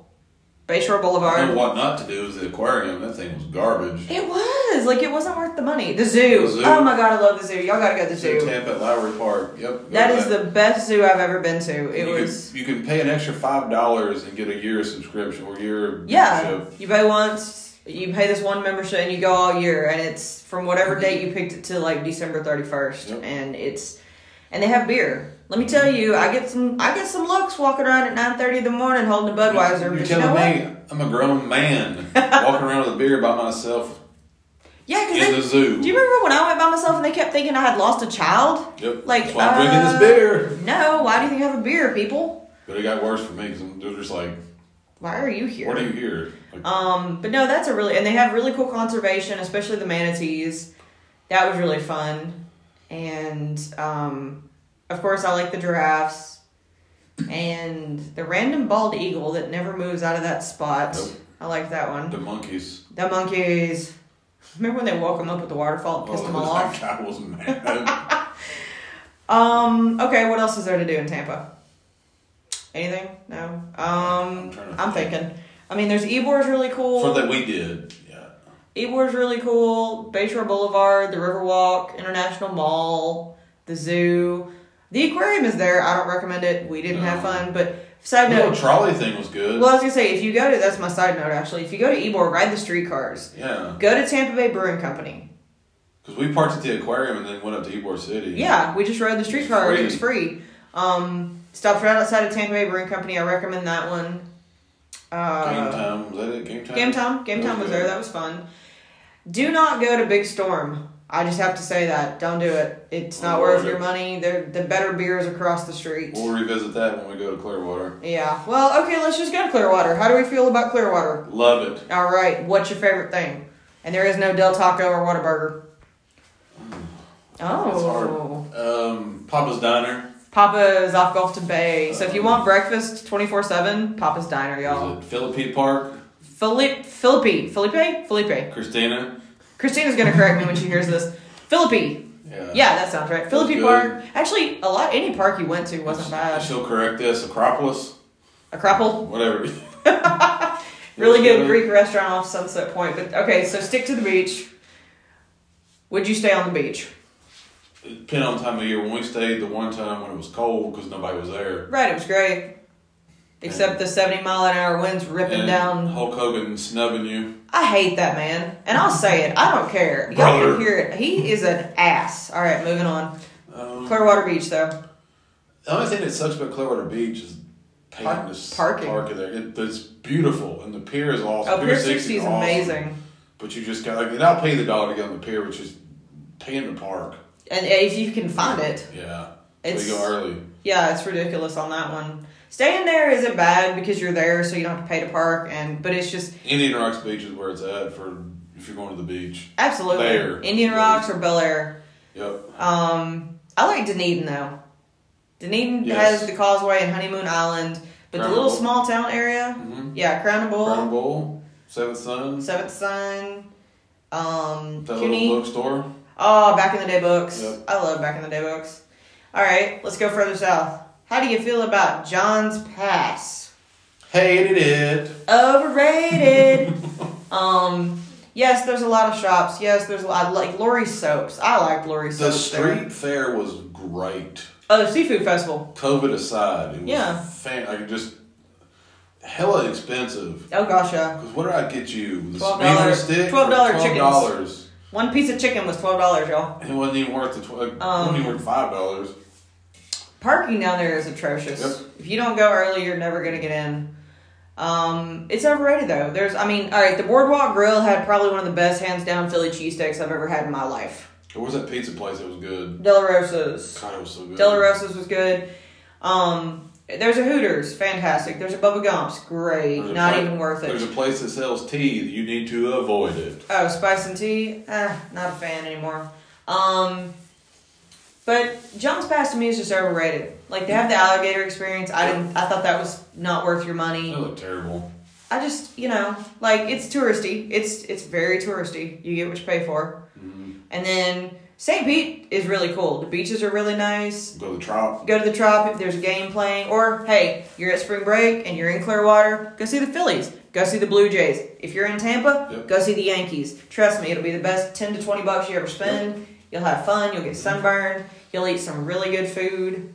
Speaker 1: Bayshore
Speaker 2: I know
Speaker 1: Boulevard.
Speaker 2: what not to do is the aquarium. That thing was garbage.
Speaker 1: It was like it wasn't worth the money. The zoo.
Speaker 2: The zoo.
Speaker 1: Oh my god, I love the zoo. Y'all gotta go to the
Speaker 2: So
Speaker 1: zoo.
Speaker 2: Tampa at Lowry Park. Yep. go
Speaker 1: That
Speaker 2: to
Speaker 1: is the best zoo I've ever been to. It
Speaker 2: you
Speaker 1: was.
Speaker 2: Can, you can pay an extra five dollars and get a year subscription or year
Speaker 1: Yeah,
Speaker 2: membership.
Speaker 1: you pay once, you pay this one membership, and you go all year, and it's from whatever date you picked it to like December thirty first,
Speaker 2: Mm-hmm. Yep.
Speaker 1: and it's and they have beer. Let me tell you, I get some I get some looks walking around at nine thirty in the morning holding a Budweiser.
Speaker 2: You're
Speaker 1: but you know
Speaker 2: telling
Speaker 1: what?
Speaker 2: me I'm a grown man walking around with a beer by myself
Speaker 1: yeah,
Speaker 2: in the
Speaker 1: because
Speaker 2: zoo.
Speaker 1: do you remember when I went by myself and they kept thinking I had lost a child?
Speaker 2: Yep.
Speaker 1: like,
Speaker 2: That's why I'm
Speaker 1: uh,
Speaker 2: drinking this beer.
Speaker 1: No, why do you think I have a beer, people?
Speaker 2: But it got worse for me because they're just like,
Speaker 1: Why are you here?
Speaker 2: "What do you hear?" Like,
Speaker 1: Um, but no, that's a really and they have really cool conservation, especially the manatees. That was really fun, and um, of course, I like the giraffes and the random bald eagle that never moves out of that spot.
Speaker 2: Nope.
Speaker 1: I like that one.
Speaker 2: the monkeys.
Speaker 1: The monkeys. Remember when they woke him up with the waterfall and pissed
Speaker 2: Oh,
Speaker 1: him
Speaker 2: that
Speaker 1: all off?
Speaker 2: guy was mad.
Speaker 1: Um. Okay. What else is there to do in Tampa? Anything? No. Um.
Speaker 2: I'm trying to
Speaker 1: I'm
Speaker 2: think.
Speaker 1: thinking. I mean, there's Ebor's really cool.
Speaker 2: For that we did. Yeah.
Speaker 1: Ebor's really cool. Bayshore Boulevard, the Riverwalk, International Mall, the zoo. The aquarium is there. I don't recommend it. We didn't have
Speaker 2: No.
Speaker 1: fun, but side
Speaker 2: The little
Speaker 1: note.
Speaker 2: trolley thing was good.
Speaker 1: Well, I was gonna say if you go to that's my side note actually. If you go to Ebor, ride the streetcars.
Speaker 2: Yeah,
Speaker 1: Go to Tampa Bay Brewing Company.
Speaker 2: because we parked at the aquarium and then went up to Ybor City.
Speaker 1: Yeah, we just rode the streetcar. It was free. Um, stopped right outside of Tampa Bay Brewing Company. I recommend that one. Uh,
Speaker 2: Game time. Was that it? Game time.
Speaker 1: Game Town. Game Town was there. That was fun. Do not go to Big Storm. I just have to say that. Don't do it. It's not worth your money. They're the better beers across the street.
Speaker 2: We'll revisit that when we go to Clearwater.
Speaker 1: Yeah. Well, okay, let's just go to Clearwater. How do we feel about Clearwater?
Speaker 2: Love it.
Speaker 1: All right. What's your favorite thing? And there is no Del Taco or Whataburger.
Speaker 2: That's
Speaker 1: Oh.
Speaker 2: hard. Um, Papa's Diner.
Speaker 1: Papa's off Gulfton Bay. So if you
Speaker 2: Um,
Speaker 1: want breakfast 24 7, Papa's Diner, y'all.
Speaker 2: Is it Philippe Park?
Speaker 1: Philippe, Philippi. Felipe? Felipe.
Speaker 2: Christina.
Speaker 1: Christina's going to correct me when she hears this. Philippi.
Speaker 2: Yeah.
Speaker 1: Yeah, that sounds right. Philippine
Speaker 2: good.
Speaker 1: Park. Actually, a lot any park you went to wasn't
Speaker 2: She-
Speaker 1: bad.
Speaker 2: She'll correct this. Acropolis.
Speaker 1: Acropole,
Speaker 2: Whatever.
Speaker 1: really
Speaker 2: It was
Speaker 1: good Greek restaurant off Sunset Point. But okay, so stick to the beach. Would you stay on the beach?
Speaker 2: depending on the time of year. When we stayed the one time when it was cold because nobody was there,
Speaker 1: Right, it was great. Except the 70 mile an hour winds ripping
Speaker 2: and
Speaker 1: down.
Speaker 2: Hulk Hogan snubbing you.
Speaker 1: I hate that man. And I'll say it. I don't care. Y'all
Speaker 2: Brother.
Speaker 1: can hear it. He is an ass. All right, moving on.
Speaker 2: Um,
Speaker 1: Clearwater Beach, though.
Speaker 2: the only thing that sucks about Clearwater Beach is paying
Speaker 1: Park-
Speaker 2: this
Speaker 1: parking.
Speaker 2: park in there. It, it's beautiful and the pier is awesome.
Speaker 1: Oh, Pier 60
Speaker 2: 60
Speaker 1: is
Speaker 2: awesome.
Speaker 1: amazing.
Speaker 2: But you just got like, and I'll pay the dollar to get on the pier, which is paying the park.
Speaker 1: And if you can find it,
Speaker 2: Yeah,
Speaker 1: it's
Speaker 2: we go early.
Speaker 1: yeah, it's ridiculous on that one. Staying there isn't bad because you're there, so you don't have to pay to park. And but it's just
Speaker 2: Indian Rocks Beach is where it's at for if you're going to the beach.
Speaker 1: absolutely
Speaker 2: There.
Speaker 1: Indian Rocks or Bel Air.
Speaker 2: Yep.
Speaker 1: Um, I like Dunedin though. Dunedin
Speaker 2: Yes.
Speaker 1: has the Causeway and Honeymoon Island, but
Speaker 2: Crown
Speaker 1: the little
Speaker 2: Bowl.
Speaker 1: small town area,
Speaker 2: Mm-hmm.
Speaker 1: yeah, Crown and Bull,
Speaker 2: Brown Bowl, Seventh Sun,
Speaker 1: Seventh Sun, um,
Speaker 2: that
Speaker 1: CUNY.
Speaker 2: little bookstore.
Speaker 1: Oh, back in the day books.
Speaker 2: Yep.
Speaker 1: I love back in the day books. All right, let's go further south. How do you feel about John's Pass?
Speaker 2: Hated it.
Speaker 1: Overrated. um, yes, there's a lot of shops. Yes, there's a lot like Lori soaps. I like Lori
Speaker 2: The
Speaker 1: soaps. there.
Speaker 2: street fair was great.
Speaker 1: Oh, the seafood festival.
Speaker 2: COVID aside, it was
Speaker 1: Yeah.
Speaker 2: fan- like just hella expensive.
Speaker 1: Oh gosh, yeah.
Speaker 2: Cause what did I get you? The
Speaker 1: $12
Speaker 2: meat on a stick. for
Speaker 1: $12
Speaker 2: $12.
Speaker 1: One piece of chicken was twelve dollars, y'all.
Speaker 2: It wasn't even worth the tw- it
Speaker 1: Um,
Speaker 2: wasn't even worth five dollars.
Speaker 1: Parking down there is atrocious.
Speaker 2: Yep.
Speaker 1: If you don't go early, you're never gonna get in. Um, it's overrated though. There's, I mean, all right, the Boardwalk Grill had probably one of the best, hands down, Philly cheesesteaks I've ever had in my life.
Speaker 2: There was that pizza place that was good.
Speaker 1: Delarosa's.
Speaker 2: God, it was so good.
Speaker 1: Delarosa's was good. Um, there's a Hooters, fantastic. There's a Bubba Gump's, great.
Speaker 2: There's a
Speaker 1: Not
Speaker 2: place-
Speaker 1: even worth
Speaker 2: There's
Speaker 1: it.
Speaker 2: a place that sells tea. You need to avoid it.
Speaker 1: Oh, Spice and Tea, eh, not a fan anymore. Um, but John's Pass to me is just overrated. Like they have the alligator experience. I didn't. I thought that was not worth your money.
Speaker 2: They look terrible.
Speaker 1: I just, you know, like it's touristy. It's it's very touristy. You get what you pay for.
Speaker 2: Mhm.
Speaker 1: And then St. Pete is really cool. The beaches are really nice.
Speaker 2: Go to the trop.
Speaker 1: go to the trop if there's a game playing or hey you're at spring break and you're in clearwater go see the phillies go see the blue jays if you're in tampa
Speaker 2: Yep.
Speaker 1: go see the yankees trust me it'll be the best 10 to 20 bucks you ever spend you'll have fun you'll get sunburned you'll eat some really good food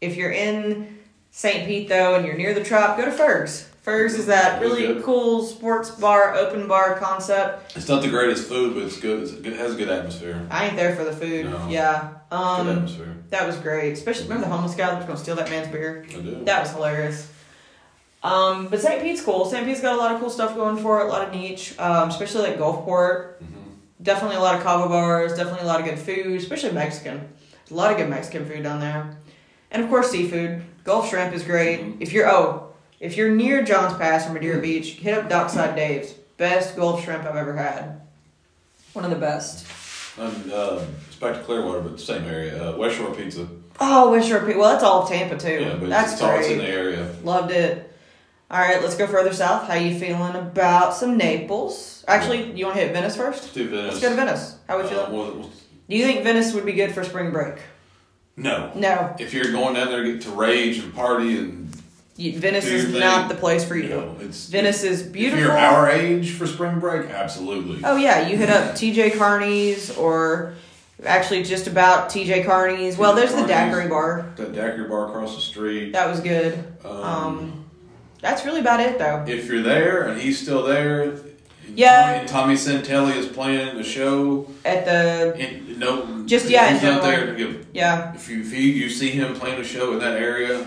Speaker 1: if you're in st pete though and you're near the trop go to ferg's ferg's is that
Speaker 2: Really
Speaker 1: really
Speaker 2: good.
Speaker 1: cool sports bar open bar concept
Speaker 2: It's not the greatest food, but it's good. It's good. It has a good atmosphere.
Speaker 1: i ain't there for the food
Speaker 2: No.
Speaker 1: yeah
Speaker 2: Good
Speaker 1: um
Speaker 2: atmosphere.
Speaker 1: that was great especially remember the homeless guy that was gonna steal that man's beer
Speaker 2: I do.
Speaker 1: That was hilarious. Um, but St. Pete's cool. St. Pete's got a lot of cool stuff going for it, a lot of niche, um, especially like Gulfport.
Speaker 2: Mhm.
Speaker 1: Definitely a lot of cava bars, definitely a lot of good food, especially Mexican. There's a lot of good Mexican food down there. And of course, seafood. Gulf shrimp is great.
Speaker 2: Mhm.
Speaker 1: If you're, oh, if you're near Johns Pass or
Speaker 2: Mm-hmm.
Speaker 1: Madeira Beach, hit up Dockside Dave's. Best Gulf shrimp I've ever had. One of the best.
Speaker 2: And, uh, it's back to Clearwater, but same area. Uh, West Shore Pizza.
Speaker 1: Oh, West Shore Pe- Well, that's all of Tampa, too.
Speaker 2: Yeah, but
Speaker 1: that's
Speaker 2: it's,
Speaker 1: great.
Speaker 2: all it's in the area.
Speaker 1: Loved it. All right, let's go further south. How you feeling about some Naples? Actually, you want to hit Venice first?
Speaker 2: Let's do Venice.
Speaker 1: Let's go to Venice. How we feeling?
Speaker 2: Uh, well, well,
Speaker 1: Do you think Venice would be good for spring break?
Speaker 2: no.
Speaker 1: No,
Speaker 2: If you're going down there to get to rage and party and
Speaker 1: you, Venice
Speaker 2: Do
Speaker 1: is
Speaker 2: you think-
Speaker 1: not the place for you.
Speaker 2: you know, it's
Speaker 1: Venice is
Speaker 2: If
Speaker 1: beautiful.
Speaker 2: you're our age for spring break, absolutely.
Speaker 1: oh yeah, you hit up TJ Carney's or actually just about TJ Carney's. Well, there's the
Speaker 2: Carney's.
Speaker 1: Daiquiri Bar.
Speaker 2: That daiquiri bar across the street.
Speaker 1: That was good. Um, that's really about it though.
Speaker 2: if you're there and he's still there,
Speaker 1: Yeah.
Speaker 2: and Tommy Santelli is playing the show.
Speaker 1: At the
Speaker 2: And no,
Speaker 1: Just, yeah,
Speaker 2: he's
Speaker 1: in
Speaker 2: not
Speaker 1: general.
Speaker 2: there. to give-
Speaker 1: yeah,
Speaker 2: If you if you, you see him playing a show in that area,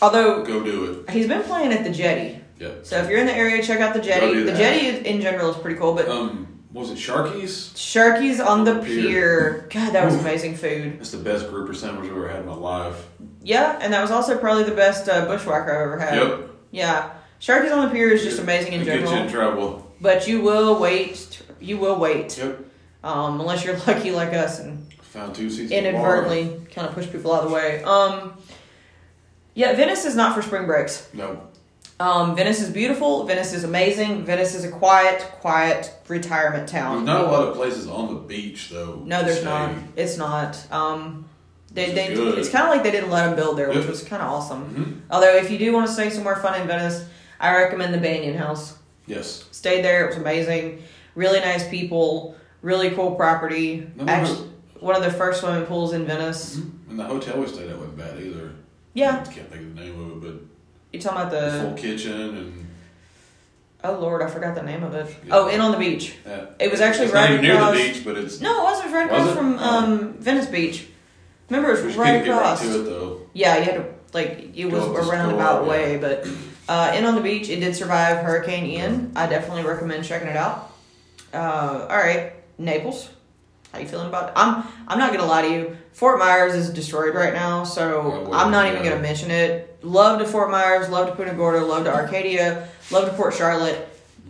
Speaker 1: although
Speaker 2: go do
Speaker 1: he's been playing at the Jetty.
Speaker 2: it. Yep.
Speaker 1: So if you're in the area, check out the jetty.
Speaker 2: Go do
Speaker 1: The
Speaker 2: that.
Speaker 1: jetty is, in general is pretty cool, but
Speaker 2: Um, was it Sharky's?
Speaker 1: Sharky's on the
Speaker 2: Pier.
Speaker 1: pier. God, that was
Speaker 2: Oof.
Speaker 1: amazing food.
Speaker 2: That's the best grouper sandwich I've ever had in my life.
Speaker 1: Yeah, and that was also probably the best uh, bushwhacker I've ever had.
Speaker 2: Yep.
Speaker 1: Yeah, Sharky's on the pier is just amazing in
Speaker 2: It gets you
Speaker 1: general.
Speaker 2: in trouble.
Speaker 1: But you will wait. You will wait,
Speaker 2: Yep.
Speaker 1: um, unless you're lucky like us and
Speaker 2: Found two seats. at the
Speaker 1: inadvertently kind of push people out of the way. Um, yeah, Venice is not for spring breaks.
Speaker 2: bar. No.
Speaker 1: Um, Venice is beautiful. Venice is amazing. Venice is a quiet, quiet retirement town.
Speaker 2: There's not a lot of places on the beach though.
Speaker 1: No,
Speaker 2: to
Speaker 1: there's
Speaker 2: stay.
Speaker 1: not. It's not. Um, they,
Speaker 2: Which is
Speaker 1: they,
Speaker 2: good.
Speaker 1: it's kind of like they didn't let them build there, which
Speaker 2: Yep.
Speaker 1: was kind of awesome.
Speaker 2: Mhm.
Speaker 1: Although, if you do want to stay somewhere fun in Venice, I recommend the Banyan House.
Speaker 2: Yes.
Speaker 1: Stayed there; it was amazing. Really nice people. Really cool property.
Speaker 2: No, no,
Speaker 1: Actually,
Speaker 2: no.
Speaker 1: one of the first swimming pools in Venice.
Speaker 2: Mm-hmm. And the hotel we stayed at wasn't bad either.
Speaker 1: Yeah, Uh,
Speaker 2: I can't think of the name of it,
Speaker 1: you talking about
Speaker 2: but
Speaker 1: the?
Speaker 2: full kitchen and
Speaker 1: Oh Lord, I forgot the name of it.
Speaker 2: Yeah.
Speaker 1: Oh, in on the beach.
Speaker 2: that.
Speaker 1: It was actually
Speaker 2: it's
Speaker 1: right
Speaker 2: not even near the
Speaker 1: across-
Speaker 2: beach, but it's.
Speaker 1: No, it wasn't. It was right
Speaker 2: Was
Speaker 1: across
Speaker 2: it?
Speaker 1: from
Speaker 2: Oh.
Speaker 1: um, Venice Beach. Remember, it
Speaker 2: we
Speaker 1: was
Speaker 2: just
Speaker 1: right
Speaker 2: couldn't get
Speaker 1: across.
Speaker 2: right to it though.
Speaker 1: Yeah, you had to like it was
Speaker 2: Go up
Speaker 1: a
Speaker 2: the
Speaker 1: roundabout
Speaker 2: store,
Speaker 1: way, but uh, in on the beach, it did survive Hurricane Ian. I definitely recommend checking it out. Uh, all right, Naples, how you feeling about it? I'm I'm not gonna lie to you. Fort Myers is destroyed right now,
Speaker 2: Yeah,
Speaker 1: so
Speaker 2: Oh, well,
Speaker 1: I'm not even
Speaker 2: yeah.
Speaker 1: gonna mention it. Love to Fort Myers, love to Punta Gorda, love to Arcadia, love to Port Charlotte.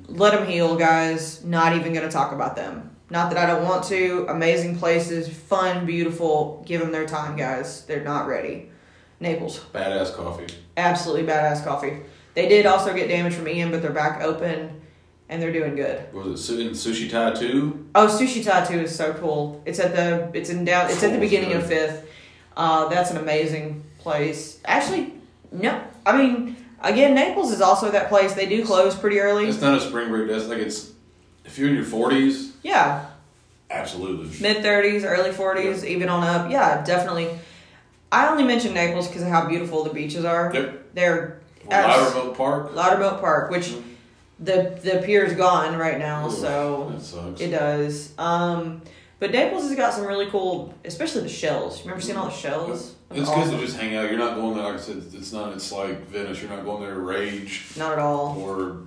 Speaker 1: Let them heal, guys. Not even gonna talk about them. Not that I don't want to. Amazing places, fun, beautiful. Give them their time, guys. They're not ready. Naples,
Speaker 2: Badass coffee.
Speaker 1: absolutely badass coffee. They did also get damage from Ian, but they're back open and they're doing good.
Speaker 2: Was it su- in sushi Thai too?
Speaker 1: Oh, Sushi Tattoo is so cool. It's at the it's in down it's at the
Speaker 2: Cool,
Speaker 1: beginning
Speaker 2: good.
Speaker 1: of Fifth. Uh, that's an amazing place. Actually, no, I mean again, Naples is also that place. They do close pretty early.
Speaker 2: It's not a spring break. That's like it's. If you're in your forties,
Speaker 1: Yeah,
Speaker 2: absolutely.
Speaker 1: mid thirties, early forties, even on up. Yeah, definitely. I only mentioned Naples because of how beautiful the beaches are.
Speaker 2: Yep.
Speaker 1: They're
Speaker 2: Live
Speaker 1: Abs-
Speaker 2: remote park.
Speaker 1: Loudermilk Park, which
Speaker 2: Mhm.
Speaker 1: the the pier's gone right now,
Speaker 2: Ooh,
Speaker 1: so
Speaker 2: that sucks.
Speaker 1: It does. Um, but Naples has got some really cool, especially the shells. You remember seeing all the shells?
Speaker 2: It's
Speaker 1: All-
Speaker 2: good to just hang out. You're not going there, like I said, it's not, it's like Venice. You're not going there to rage
Speaker 1: Not at all.
Speaker 2: or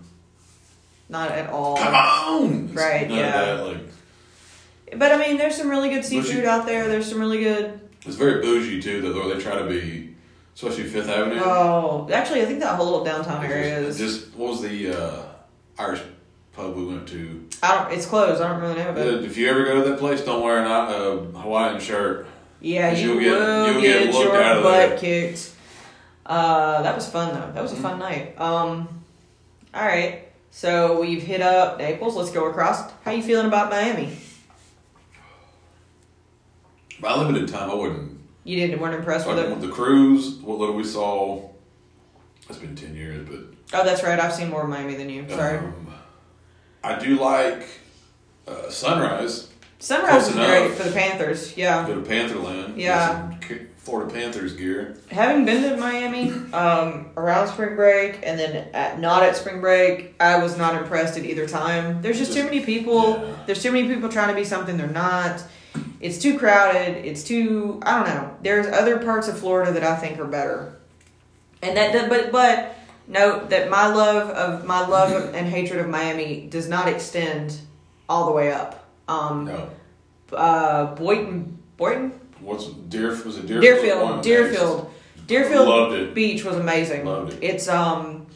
Speaker 1: Not at all.
Speaker 2: come on! It's
Speaker 1: Right,
Speaker 2: none of
Speaker 1: yeah.
Speaker 2: that, like,
Speaker 1: But I mean, there's some really good
Speaker 2: you-
Speaker 1: seafood out there. There's some really good.
Speaker 2: it's very bougie too, though, where they try to be, especially Fifth Avenue.
Speaker 1: Oh, actually, I think that whole little downtown
Speaker 2: It's
Speaker 1: area
Speaker 2: just,
Speaker 1: is.
Speaker 2: just- what was the uh, Irish pub we went to? Uh,
Speaker 1: I don't. It's closed. I don't remember the name of it.
Speaker 2: If you ever go to that place, don't wear a uh, Hawaiian shirt.
Speaker 1: Yeah,
Speaker 2: 'Cause
Speaker 1: you
Speaker 2: you'll get-
Speaker 1: will
Speaker 2: you'll
Speaker 1: get,
Speaker 2: get looked out
Speaker 1: your
Speaker 2: of
Speaker 1: butt
Speaker 2: there.
Speaker 1: kicked. Uh, that was fun though. That was a fun
Speaker 2: Mm-hmm.
Speaker 1: night. Um, all right. So we've hit up Naples. Let's go across. How you feeling about Miami?
Speaker 2: By limited time, I wouldn't.
Speaker 1: You didn't weren't impressed with it.
Speaker 2: Like, the cruise, what little we saw, it's been 10 years, but
Speaker 1: Oh, that's right. I've seen more of Miami than you. Sorry.
Speaker 2: Um, I do like uh, Sunrise.
Speaker 1: Sunrise
Speaker 2: close
Speaker 1: was
Speaker 2: enough.
Speaker 1: great for the Panthers. Yeah.
Speaker 2: Go to Pantherland. get
Speaker 1: Yeah.
Speaker 2: some K- Florida Panthers gear.
Speaker 1: Having been to Miami um, around spring break and then at, not at spring break, I was not impressed at either time. There's just too many people.
Speaker 2: Yeah.
Speaker 1: There's too many people trying to be something they're not. It's too crowded. It's too. I don't know. There's other parts of Florida that I think are better. And that, that- but but note that my love of my love and hatred of Miami does not extend all the way up. Um,
Speaker 2: No.
Speaker 1: uh, Boynton, Boynton,
Speaker 2: What's Deerf? Was it Deerfield? One
Speaker 1: Deerfield,
Speaker 2: of those.
Speaker 1: Deerfield, Deerfield
Speaker 2: Loved it.
Speaker 1: Beach was amazing.
Speaker 2: Loved it.
Speaker 1: It's um,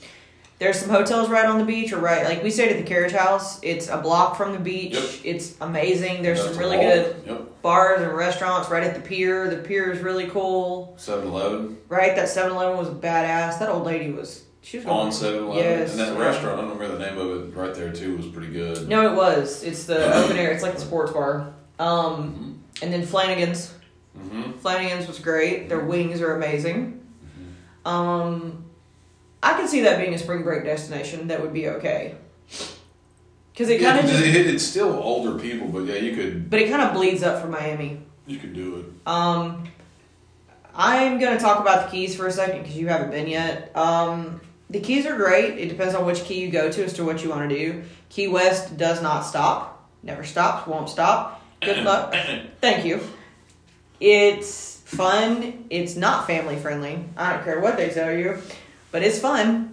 Speaker 1: there's some hotels right on the beach or right like we stayed at the Carriage House. It's a block from the beach.
Speaker 2: Yep.
Speaker 1: It's amazing. There's
Speaker 2: That's
Speaker 1: some
Speaker 2: a
Speaker 1: really
Speaker 2: walk.
Speaker 1: good
Speaker 2: Yep.
Speaker 1: bars and restaurants right at the pier. The pier is really cool.
Speaker 2: 7 Eleven.
Speaker 1: Right, that 7-Eleven was badass. That old lady was she was
Speaker 2: On 7 Eleven.
Speaker 1: Yes.
Speaker 2: And that restaurant, I don't remember the name of it right there too, was pretty good.
Speaker 1: No, it was. It's the open air. It's like the sports bar. Um, and then Flanagan's.
Speaker 2: Mm-hmm.
Speaker 1: Flanagan's was great. Their wings are amazing.
Speaker 2: Mm-hmm.
Speaker 1: Um, I could see that being a spring break destination. That would be okay. Because it kind of just,
Speaker 2: it, it's still older people, but yeah, you could
Speaker 1: but it kind of bleeds up for Miami.
Speaker 2: you could do it.
Speaker 1: Um, I'm gonna talk about the keys for a second because you haven't been yet. Um, the keys are great. It depends on which key you go to as to what you want to do. Key West does not stop. Never stops. Won't stop. Good luck. Thank you. It's fun. It's not family friendly. I don't care what they tell you, but it's fun.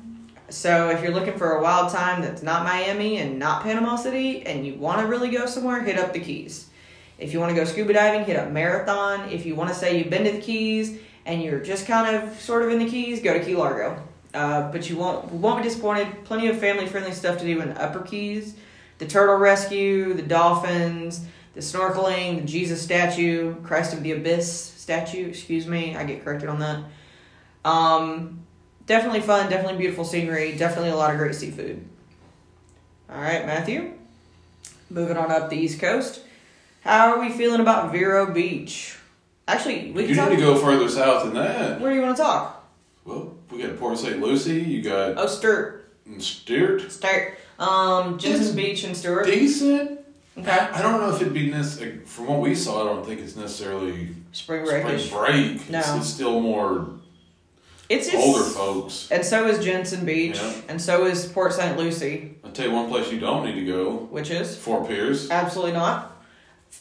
Speaker 1: So if you're looking for a wild time that's not Miami and not Panama City and you want to really go somewhere, hit up the Keys. If you want to go scuba diving, hit up Marathon. If you want to say you've been to the Keys and you're just kind of sort of in the Keys, go to Key Largo. Uh, but you won't won't be disappointed. Plenty of family friendly stuff to do in Upper Keys, the turtle rescue, the dolphins, the snorkeling, the Jesus statue, Christ of the Abyss statue. Excuse me, I get corrected on that. Um, definitely fun. Definitely beautiful scenery. Definitely a lot of great seafood. All right, Matthew. Moving on up the East Coast. How are we feeling about Vero Beach? Actually, we
Speaker 2: You
Speaker 1: can
Speaker 2: need
Speaker 1: talk.
Speaker 2: to go further south than that.
Speaker 1: Where do you want to talk?
Speaker 2: Well, we got Port St. Lucie. You got
Speaker 1: Oh, Sturt.
Speaker 2: Stewart.
Speaker 1: Start. Um, Jensen Beach and Stewart.
Speaker 2: Decent.
Speaker 1: Okay.
Speaker 2: I don't know if it'd be necessary. From what we saw, I don't think it's necessarily
Speaker 1: Spring breakage.
Speaker 2: spring break. It's,
Speaker 1: No.
Speaker 2: it's still more
Speaker 1: It's just
Speaker 2: older folks.
Speaker 1: And so is Jensen Beach,
Speaker 2: Yeah.
Speaker 1: and so is Port St. Lucie,
Speaker 2: I'll tell you one place you don't need to go
Speaker 1: which is
Speaker 2: Fort Pierce.
Speaker 1: absolutely not.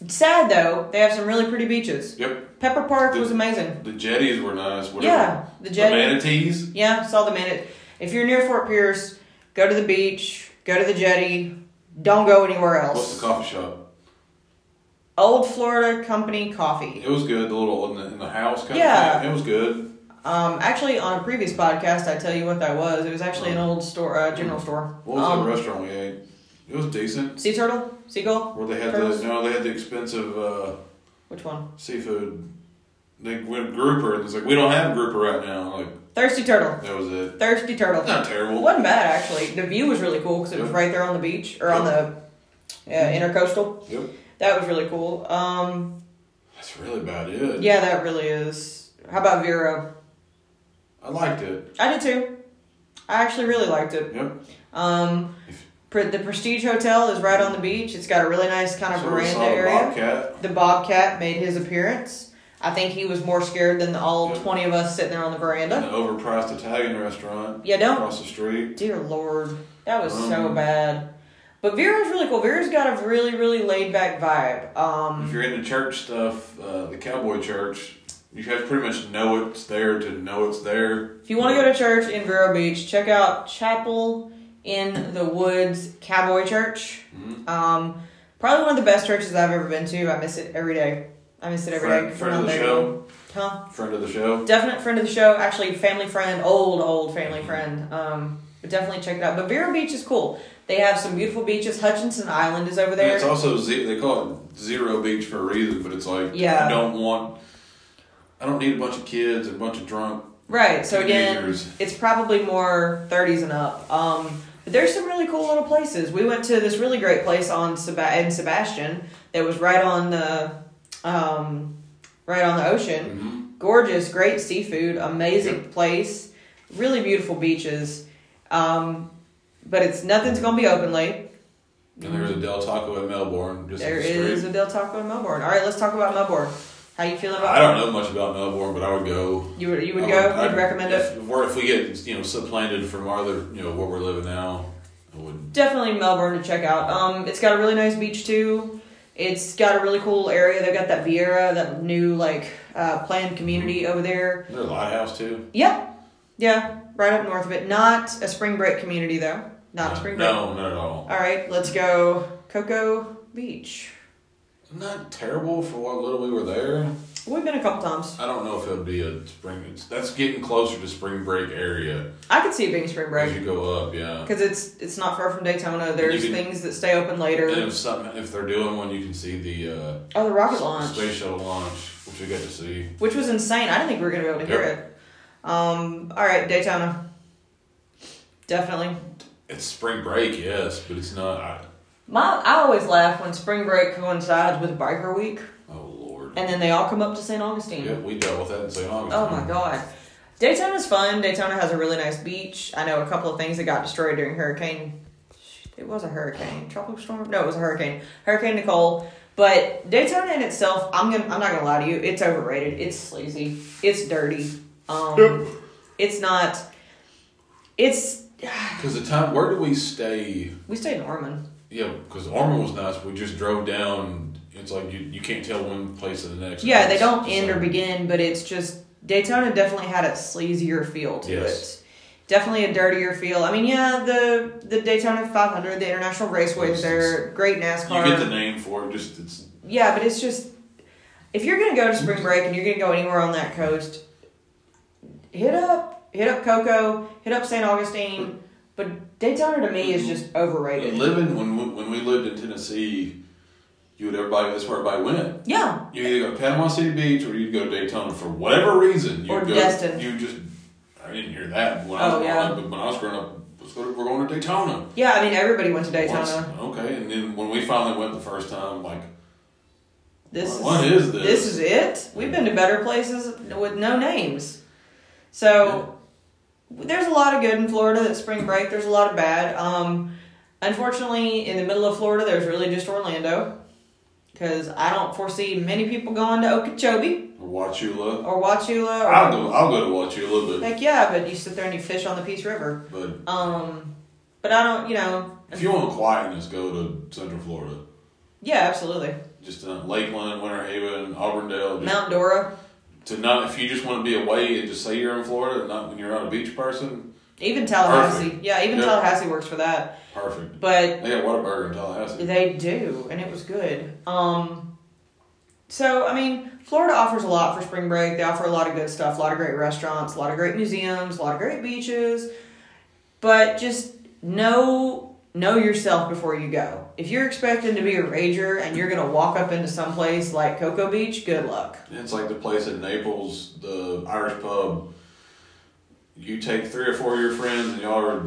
Speaker 1: Sad though, they have some really pretty beaches.
Speaker 2: Yep.
Speaker 1: Pepper Park
Speaker 2: The-
Speaker 1: was amazing.
Speaker 2: The jetties were nice. Whatever.
Speaker 1: Yeah, the
Speaker 2: The
Speaker 1: jetty.
Speaker 2: manatees.
Speaker 1: Yeah, saw the man. If you're near Fort Pierce, go to the beach, go to the jetty. Don't go anywhere else.
Speaker 2: What's the coffee shop?
Speaker 1: Old Florida Company Coffee.
Speaker 2: It was good. The little in the, in the house kind
Speaker 1: Yeah.
Speaker 2: of thing. It was good.
Speaker 1: Um, actually, on a previous podcast, I tell you what that was. It was actually an old store, uh, general store.
Speaker 2: Oh. Mm. What was
Speaker 1: um,
Speaker 2: that restaurant we ate? It was decent.
Speaker 1: Sea turtle, seagull.
Speaker 2: Where they had
Speaker 1: Turtles?
Speaker 2: the no, they had the expensive uh,
Speaker 1: Which one?
Speaker 2: seafood. They went grouper and it's like we don't have grouper right now. Like
Speaker 1: Thirsty turtle.
Speaker 2: that was it.
Speaker 1: Thirsty turtle.
Speaker 2: Not terrible.
Speaker 1: It wasn't bad actually. The view was really cool because it was
Speaker 2: Yeah. Mm.
Speaker 1: right there on the beach or on the uh, intercoastal.
Speaker 2: Yep.
Speaker 1: That was really cool. Um,
Speaker 2: That's really about it.
Speaker 1: yeah, that really is. How about Vero?
Speaker 2: I liked it.
Speaker 1: I did too. I actually really liked it.
Speaker 2: Yep.
Speaker 1: Um, pre- the Prestige Hotel is right on the beach. It's got a really nice kind of
Speaker 2: So we
Speaker 1: veranda
Speaker 2: saw the
Speaker 1: area.
Speaker 2: bobcat.
Speaker 1: The Bobcat made his appearance. I think he was more scared than the, all
Speaker 2: Yeah.
Speaker 1: twenty of us sitting there on the
Speaker 2: An
Speaker 1: veranda.
Speaker 2: overpriced Italian restaurant
Speaker 1: Yeah, don't
Speaker 2: across the street.
Speaker 1: Dear Lord, that was so
Speaker 2: Um,
Speaker 1: bad. But Vera's really cool. Vera's got a really, really laid back vibe.
Speaker 2: If
Speaker 1: Um,
Speaker 2: you're into church stuff, uh, the cowboy church, you have to pretty much know it's there to know it's there.
Speaker 1: if you want to go to church in Vero Beach, check out Chapel in the Woods Cowboy Church.
Speaker 2: Mhm.
Speaker 1: Um, probably one of the best churches I've ever been to. I miss it every day. I miss it every day.
Speaker 2: Friend, friend of the
Speaker 1: Monday.
Speaker 2: show.
Speaker 1: Huh?
Speaker 2: Friend of the show.
Speaker 1: Definite friend of the show. Actually, family friend. Old, old family friend. Um, but definitely check it out. But Vero Beach is cool. They have some beautiful beaches. Hutchinson Island is over
Speaker 2: And
Speaker 1: there.
Speaker 2: it's also ze- they call it zero beach for a reason, but it's like
Speaker 1: Yeah.
Speaker 2: I don't want, I don't need a bunch of kids, a bunch of drunk.
Speaker 1: Right. So again,
Speaker 2: Teenagers.
Speaker 1: it's probably more 30s and up. Um, but there's some really cool little places. We went to this really great place on Seba- in Sebastian that was right on the, um, right on the ocean.
Speaker 2: Mhm.
Speaker 1: Gorgeous, great seafood, amazing place, really beautiful beaches. Um, but it's nothing's gonna be open late.
Speaker 2: And there's a Del Taco in Melbourne. Just
Speaker 1: There
Speaker 2: up the street.
Speaker 1: is a Del Taco in Melbourne. All right, let's talk about Melbourne. How you feeling about?
Speaker 2: I don't know much about Melbourne, but I would go.
Speaker 1: You would you would
Speaker 2: I
Speaker 1: go?
Speaker 2: I'd-
Speaker 1: You'd recommend it?
Speaker 2: if, it. Or if we get you know supplanted from our other you know where we're living now, I would.
Speaker 1: definitely Melbourne to check out. Um, it's got a really nice beach too. It's got a really cool area. They've got that Vieira, that new like uh, planned community over there.
Speaker 2: Is there a lighthouse too?
Speaker 1: Yeah, yeah, right up north of it. Not a spring break community though. Not a spring break.
Speaker 2: No, not at all.
Speaker 1: All right, let's go Cocoa Beach.
Speaker 2: Not terrible for what little we were there.
Speaker 1: We've been a couple times.
Speaker 2: I don't know if it would be a spring. It's, that's getting closer to spring break area
Speaker 1: I could see it being spring
Speaker 2: as
Speaker 1: break
Speaker 2: you go up. Yeah.
Speaker 1: because it's it's not far from Daytona. There's
Speaker 2: can-
Speaker 1: things that stay open later.
Speaker 2: And if something, if they're doing one, you can see the uh,
Speaker 1: Oh, the rocket launch.
Speaker 2: space shuttle launch, which we got to see.
Speaker 1: which was insane. I didn't think we were gonna be able to hear
Speaker 2: Yep.
Speaker 1: it. Um, all right, Daytona. Definitely.
Speaker 2: It's spring break, yes, but it's not. I,
Speaker 1: My, I always laugh when spring break coincides with Biker Week,
Speaker 2: oh lord.
Speaker 1: and then they all come up to St. Augustine.
Speaker 2: yeah, we dealt with that in St. Augustine.
Speaker 1: Oh my god. Daytona's fun. Daytona has a really nice beach. I know a couple of things that got destroyed during Hurricane. It was a hurricane, tropical storm. No, it was a hurricane. Hurricane Nicole. But Daytona in itself, I'm gonna, I'm not gonna lie to you. It's overrated. It's sleazy. It's dirty. Um, it's not. It's
Speaker 2: Because the time, where did we stay?
Speaker 1: we stayed in Ormond.
Speaker 2: Yeah, because Ormond was nice. We just drove down. It's like you, you can't tell one place to the next.
Speaker 1: Yeah, they
Speaker 2: It's
Speaker 1: don't
Speaker 2: just
Speaker 1: end or
Speaker 2: like-
Speaker 1: begin, but it's just Daytona definitely had a sleazier feel to
Speaker 2: Yes.
Speaker 1: it. Definitely a dirtier feel. I mean, yeah, the the Daytona 500, the International Raceway is there, great NASCAR.
Speaker 2: You get the name for it. Just it's
Speaker 1: yeah, but it's just if you're gonna go to
Speaker 2: Mm-hmm.
Speaker 1: spring break and you're gonna go anywhere on that coast, hit up hit up Coco, hit up St. Augustine. But Daytona to me is just overrated.
Speaker 2: Mm-hmm. living when we, when we lived in Tennessee. You would everybody. That's where everybody went.
Speaker 1: yeah,
Speaker 2: You either go to Panama City Beach or you go to Daytona for whatever reason. You
Speaker 1: Or
Speaker 2: go,
Speaker 1: Destin.
Speaker 2: You just I didn't hear that when I was
Speaker 1: Oh,
Speaker 2: growing
Speaker 1: yeah.
Speaker 2: up. But when I was growing up, let's go to, we're going to Daytona.
Speaker 1: yeah. I mean, everybody went to Daytona.
Speaker 2: Once- okay, and then when we finally went the first time, like
Speaker 1: This is
Speaker 2: What is this?
Speaker 1: This is it. We've been to better places with no names. So there's a lot of good in Florida at spring break. There's a lot of bad. Um, Unfortunately, in the middle of Florida, there's really just Orlando. Because I don't foresee many people going to Okeechobee
Speaker 2: Wachula.
Speaker 1: or Wachula. Or,
Speaker 2: I'll go. I'll go to Wachula,
Speaker 1: Heck yeah, but you sit there and you fish on the Peace River.
Speaker 2: but but
Speaker 1: Um, but I don't, you know.
Speaker 2: if you want quietness, go to Central Florida.
Speaker 1: Yeah, absolutely.
Speaker 2: Just uh, Lakeland, Winter Haven, Auburndale. Just
Speaker 1: Mount Dora.
Speaker 2: to not, if you just want to be away and just say you're in Florida, and not when you're not a beach person.
Speaker 1: Even Tallahassee. Yeah, even
Speaker 2: Yeah.
Speaker 1: Tallahassee works for that.
Speaker 2: Perfect.
Speaker 1: But
Speaker 2: They got Whataburger in Tallahassee.
Speaker 1: they do, and it was good. Um, so, I mean, Florida offers a lot for spring break. They offer a lot of good stuff, a lot of great restaurants, a lot of great museums, a lot of great beaches. But just know know yourself before you go. If you're expecting to be a rager and you're going to walk up into some place like Cocoa Beach, good luck.
Speaker 2: It's like the place in Naples, the Irish pub. You take three or four of your friends, and y'all are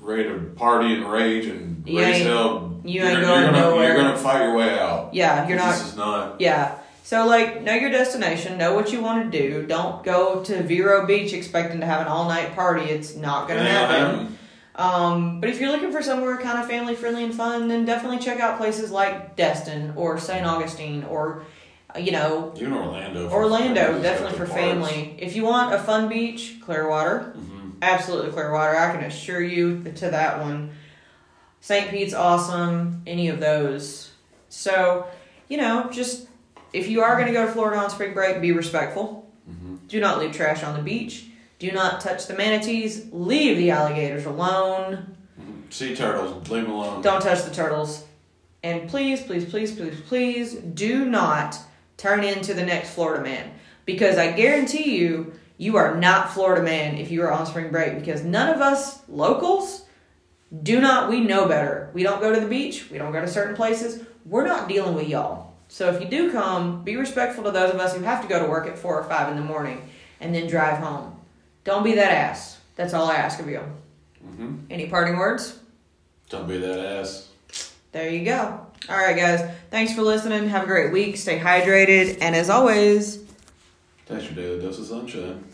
Speaker 2: ready to party and rage and
Speaker 1: You
Speaker 2: raise
Speaker 1: ain't-
Speaker 2: hell.
Speaker 1: you
Speaker 2: are
Speaker 1: ain't going
Speaker 2: gonna,
Speaker 1: nowhere.
Speaker 2: You're gonna fight your way out.
Speaker 1: Yeah, you're not
Speaker 2: This is not.
Speaker 1: Yeah. So like know your destination, know what you want to do. Don't go to Vero Beach expecting to have an all night party. It's not gonna
Speaker 2: it ain't gonna
Speaker 1: happen. Um, but if you're looking for somewhere kind of family friendly and fun, then definitely check out places like Destin or St. Augustine or uh, you know
Speaker 2: Even Orlando. for-
Speaker 1: Orlando,
Speaker 2: just
Speaker 1: definitely for
Speaker 2: got the
Speaker 1: family. If you want a fun beach, Clearwater,
Speaker 2: parks. Mhm.
Speaker 1: absolutely Clearwater. I can assure you to that one. St. Pete's awesome. Any of those. So, you know, just if you are going to go to Florida on spring break, be respectful. Do not leave trash on the beach. Do not touch the manatees. Leave the alligators alone.
Speaker 2: Sea turtles, leave 'em alone.
Speaker 1: Don't touch the turtles. And please, please, please, please, please do not turn into the next Florida man. Because I guarantee you, you are not Florida man if you are on spring break. Because none of us locals do not, we know better. We don't go to the beach, we don't go to certain places. We're not dealing with y'all. So if you do come, be respectful to those of us who have to go to work at 4 or 5 in the morning and then drive home. Don't be that ass. That's all I ask of you.
Speaker 2: hmm
Speaker 1: Any parting words?
Speaker 2: Don't be that ass.
Speaker 1: There you go. All right, guys. Thanks for listening. Have a great week. Stay hydrated. And as always,
Speaker 2: That's your daily dose of sunshine.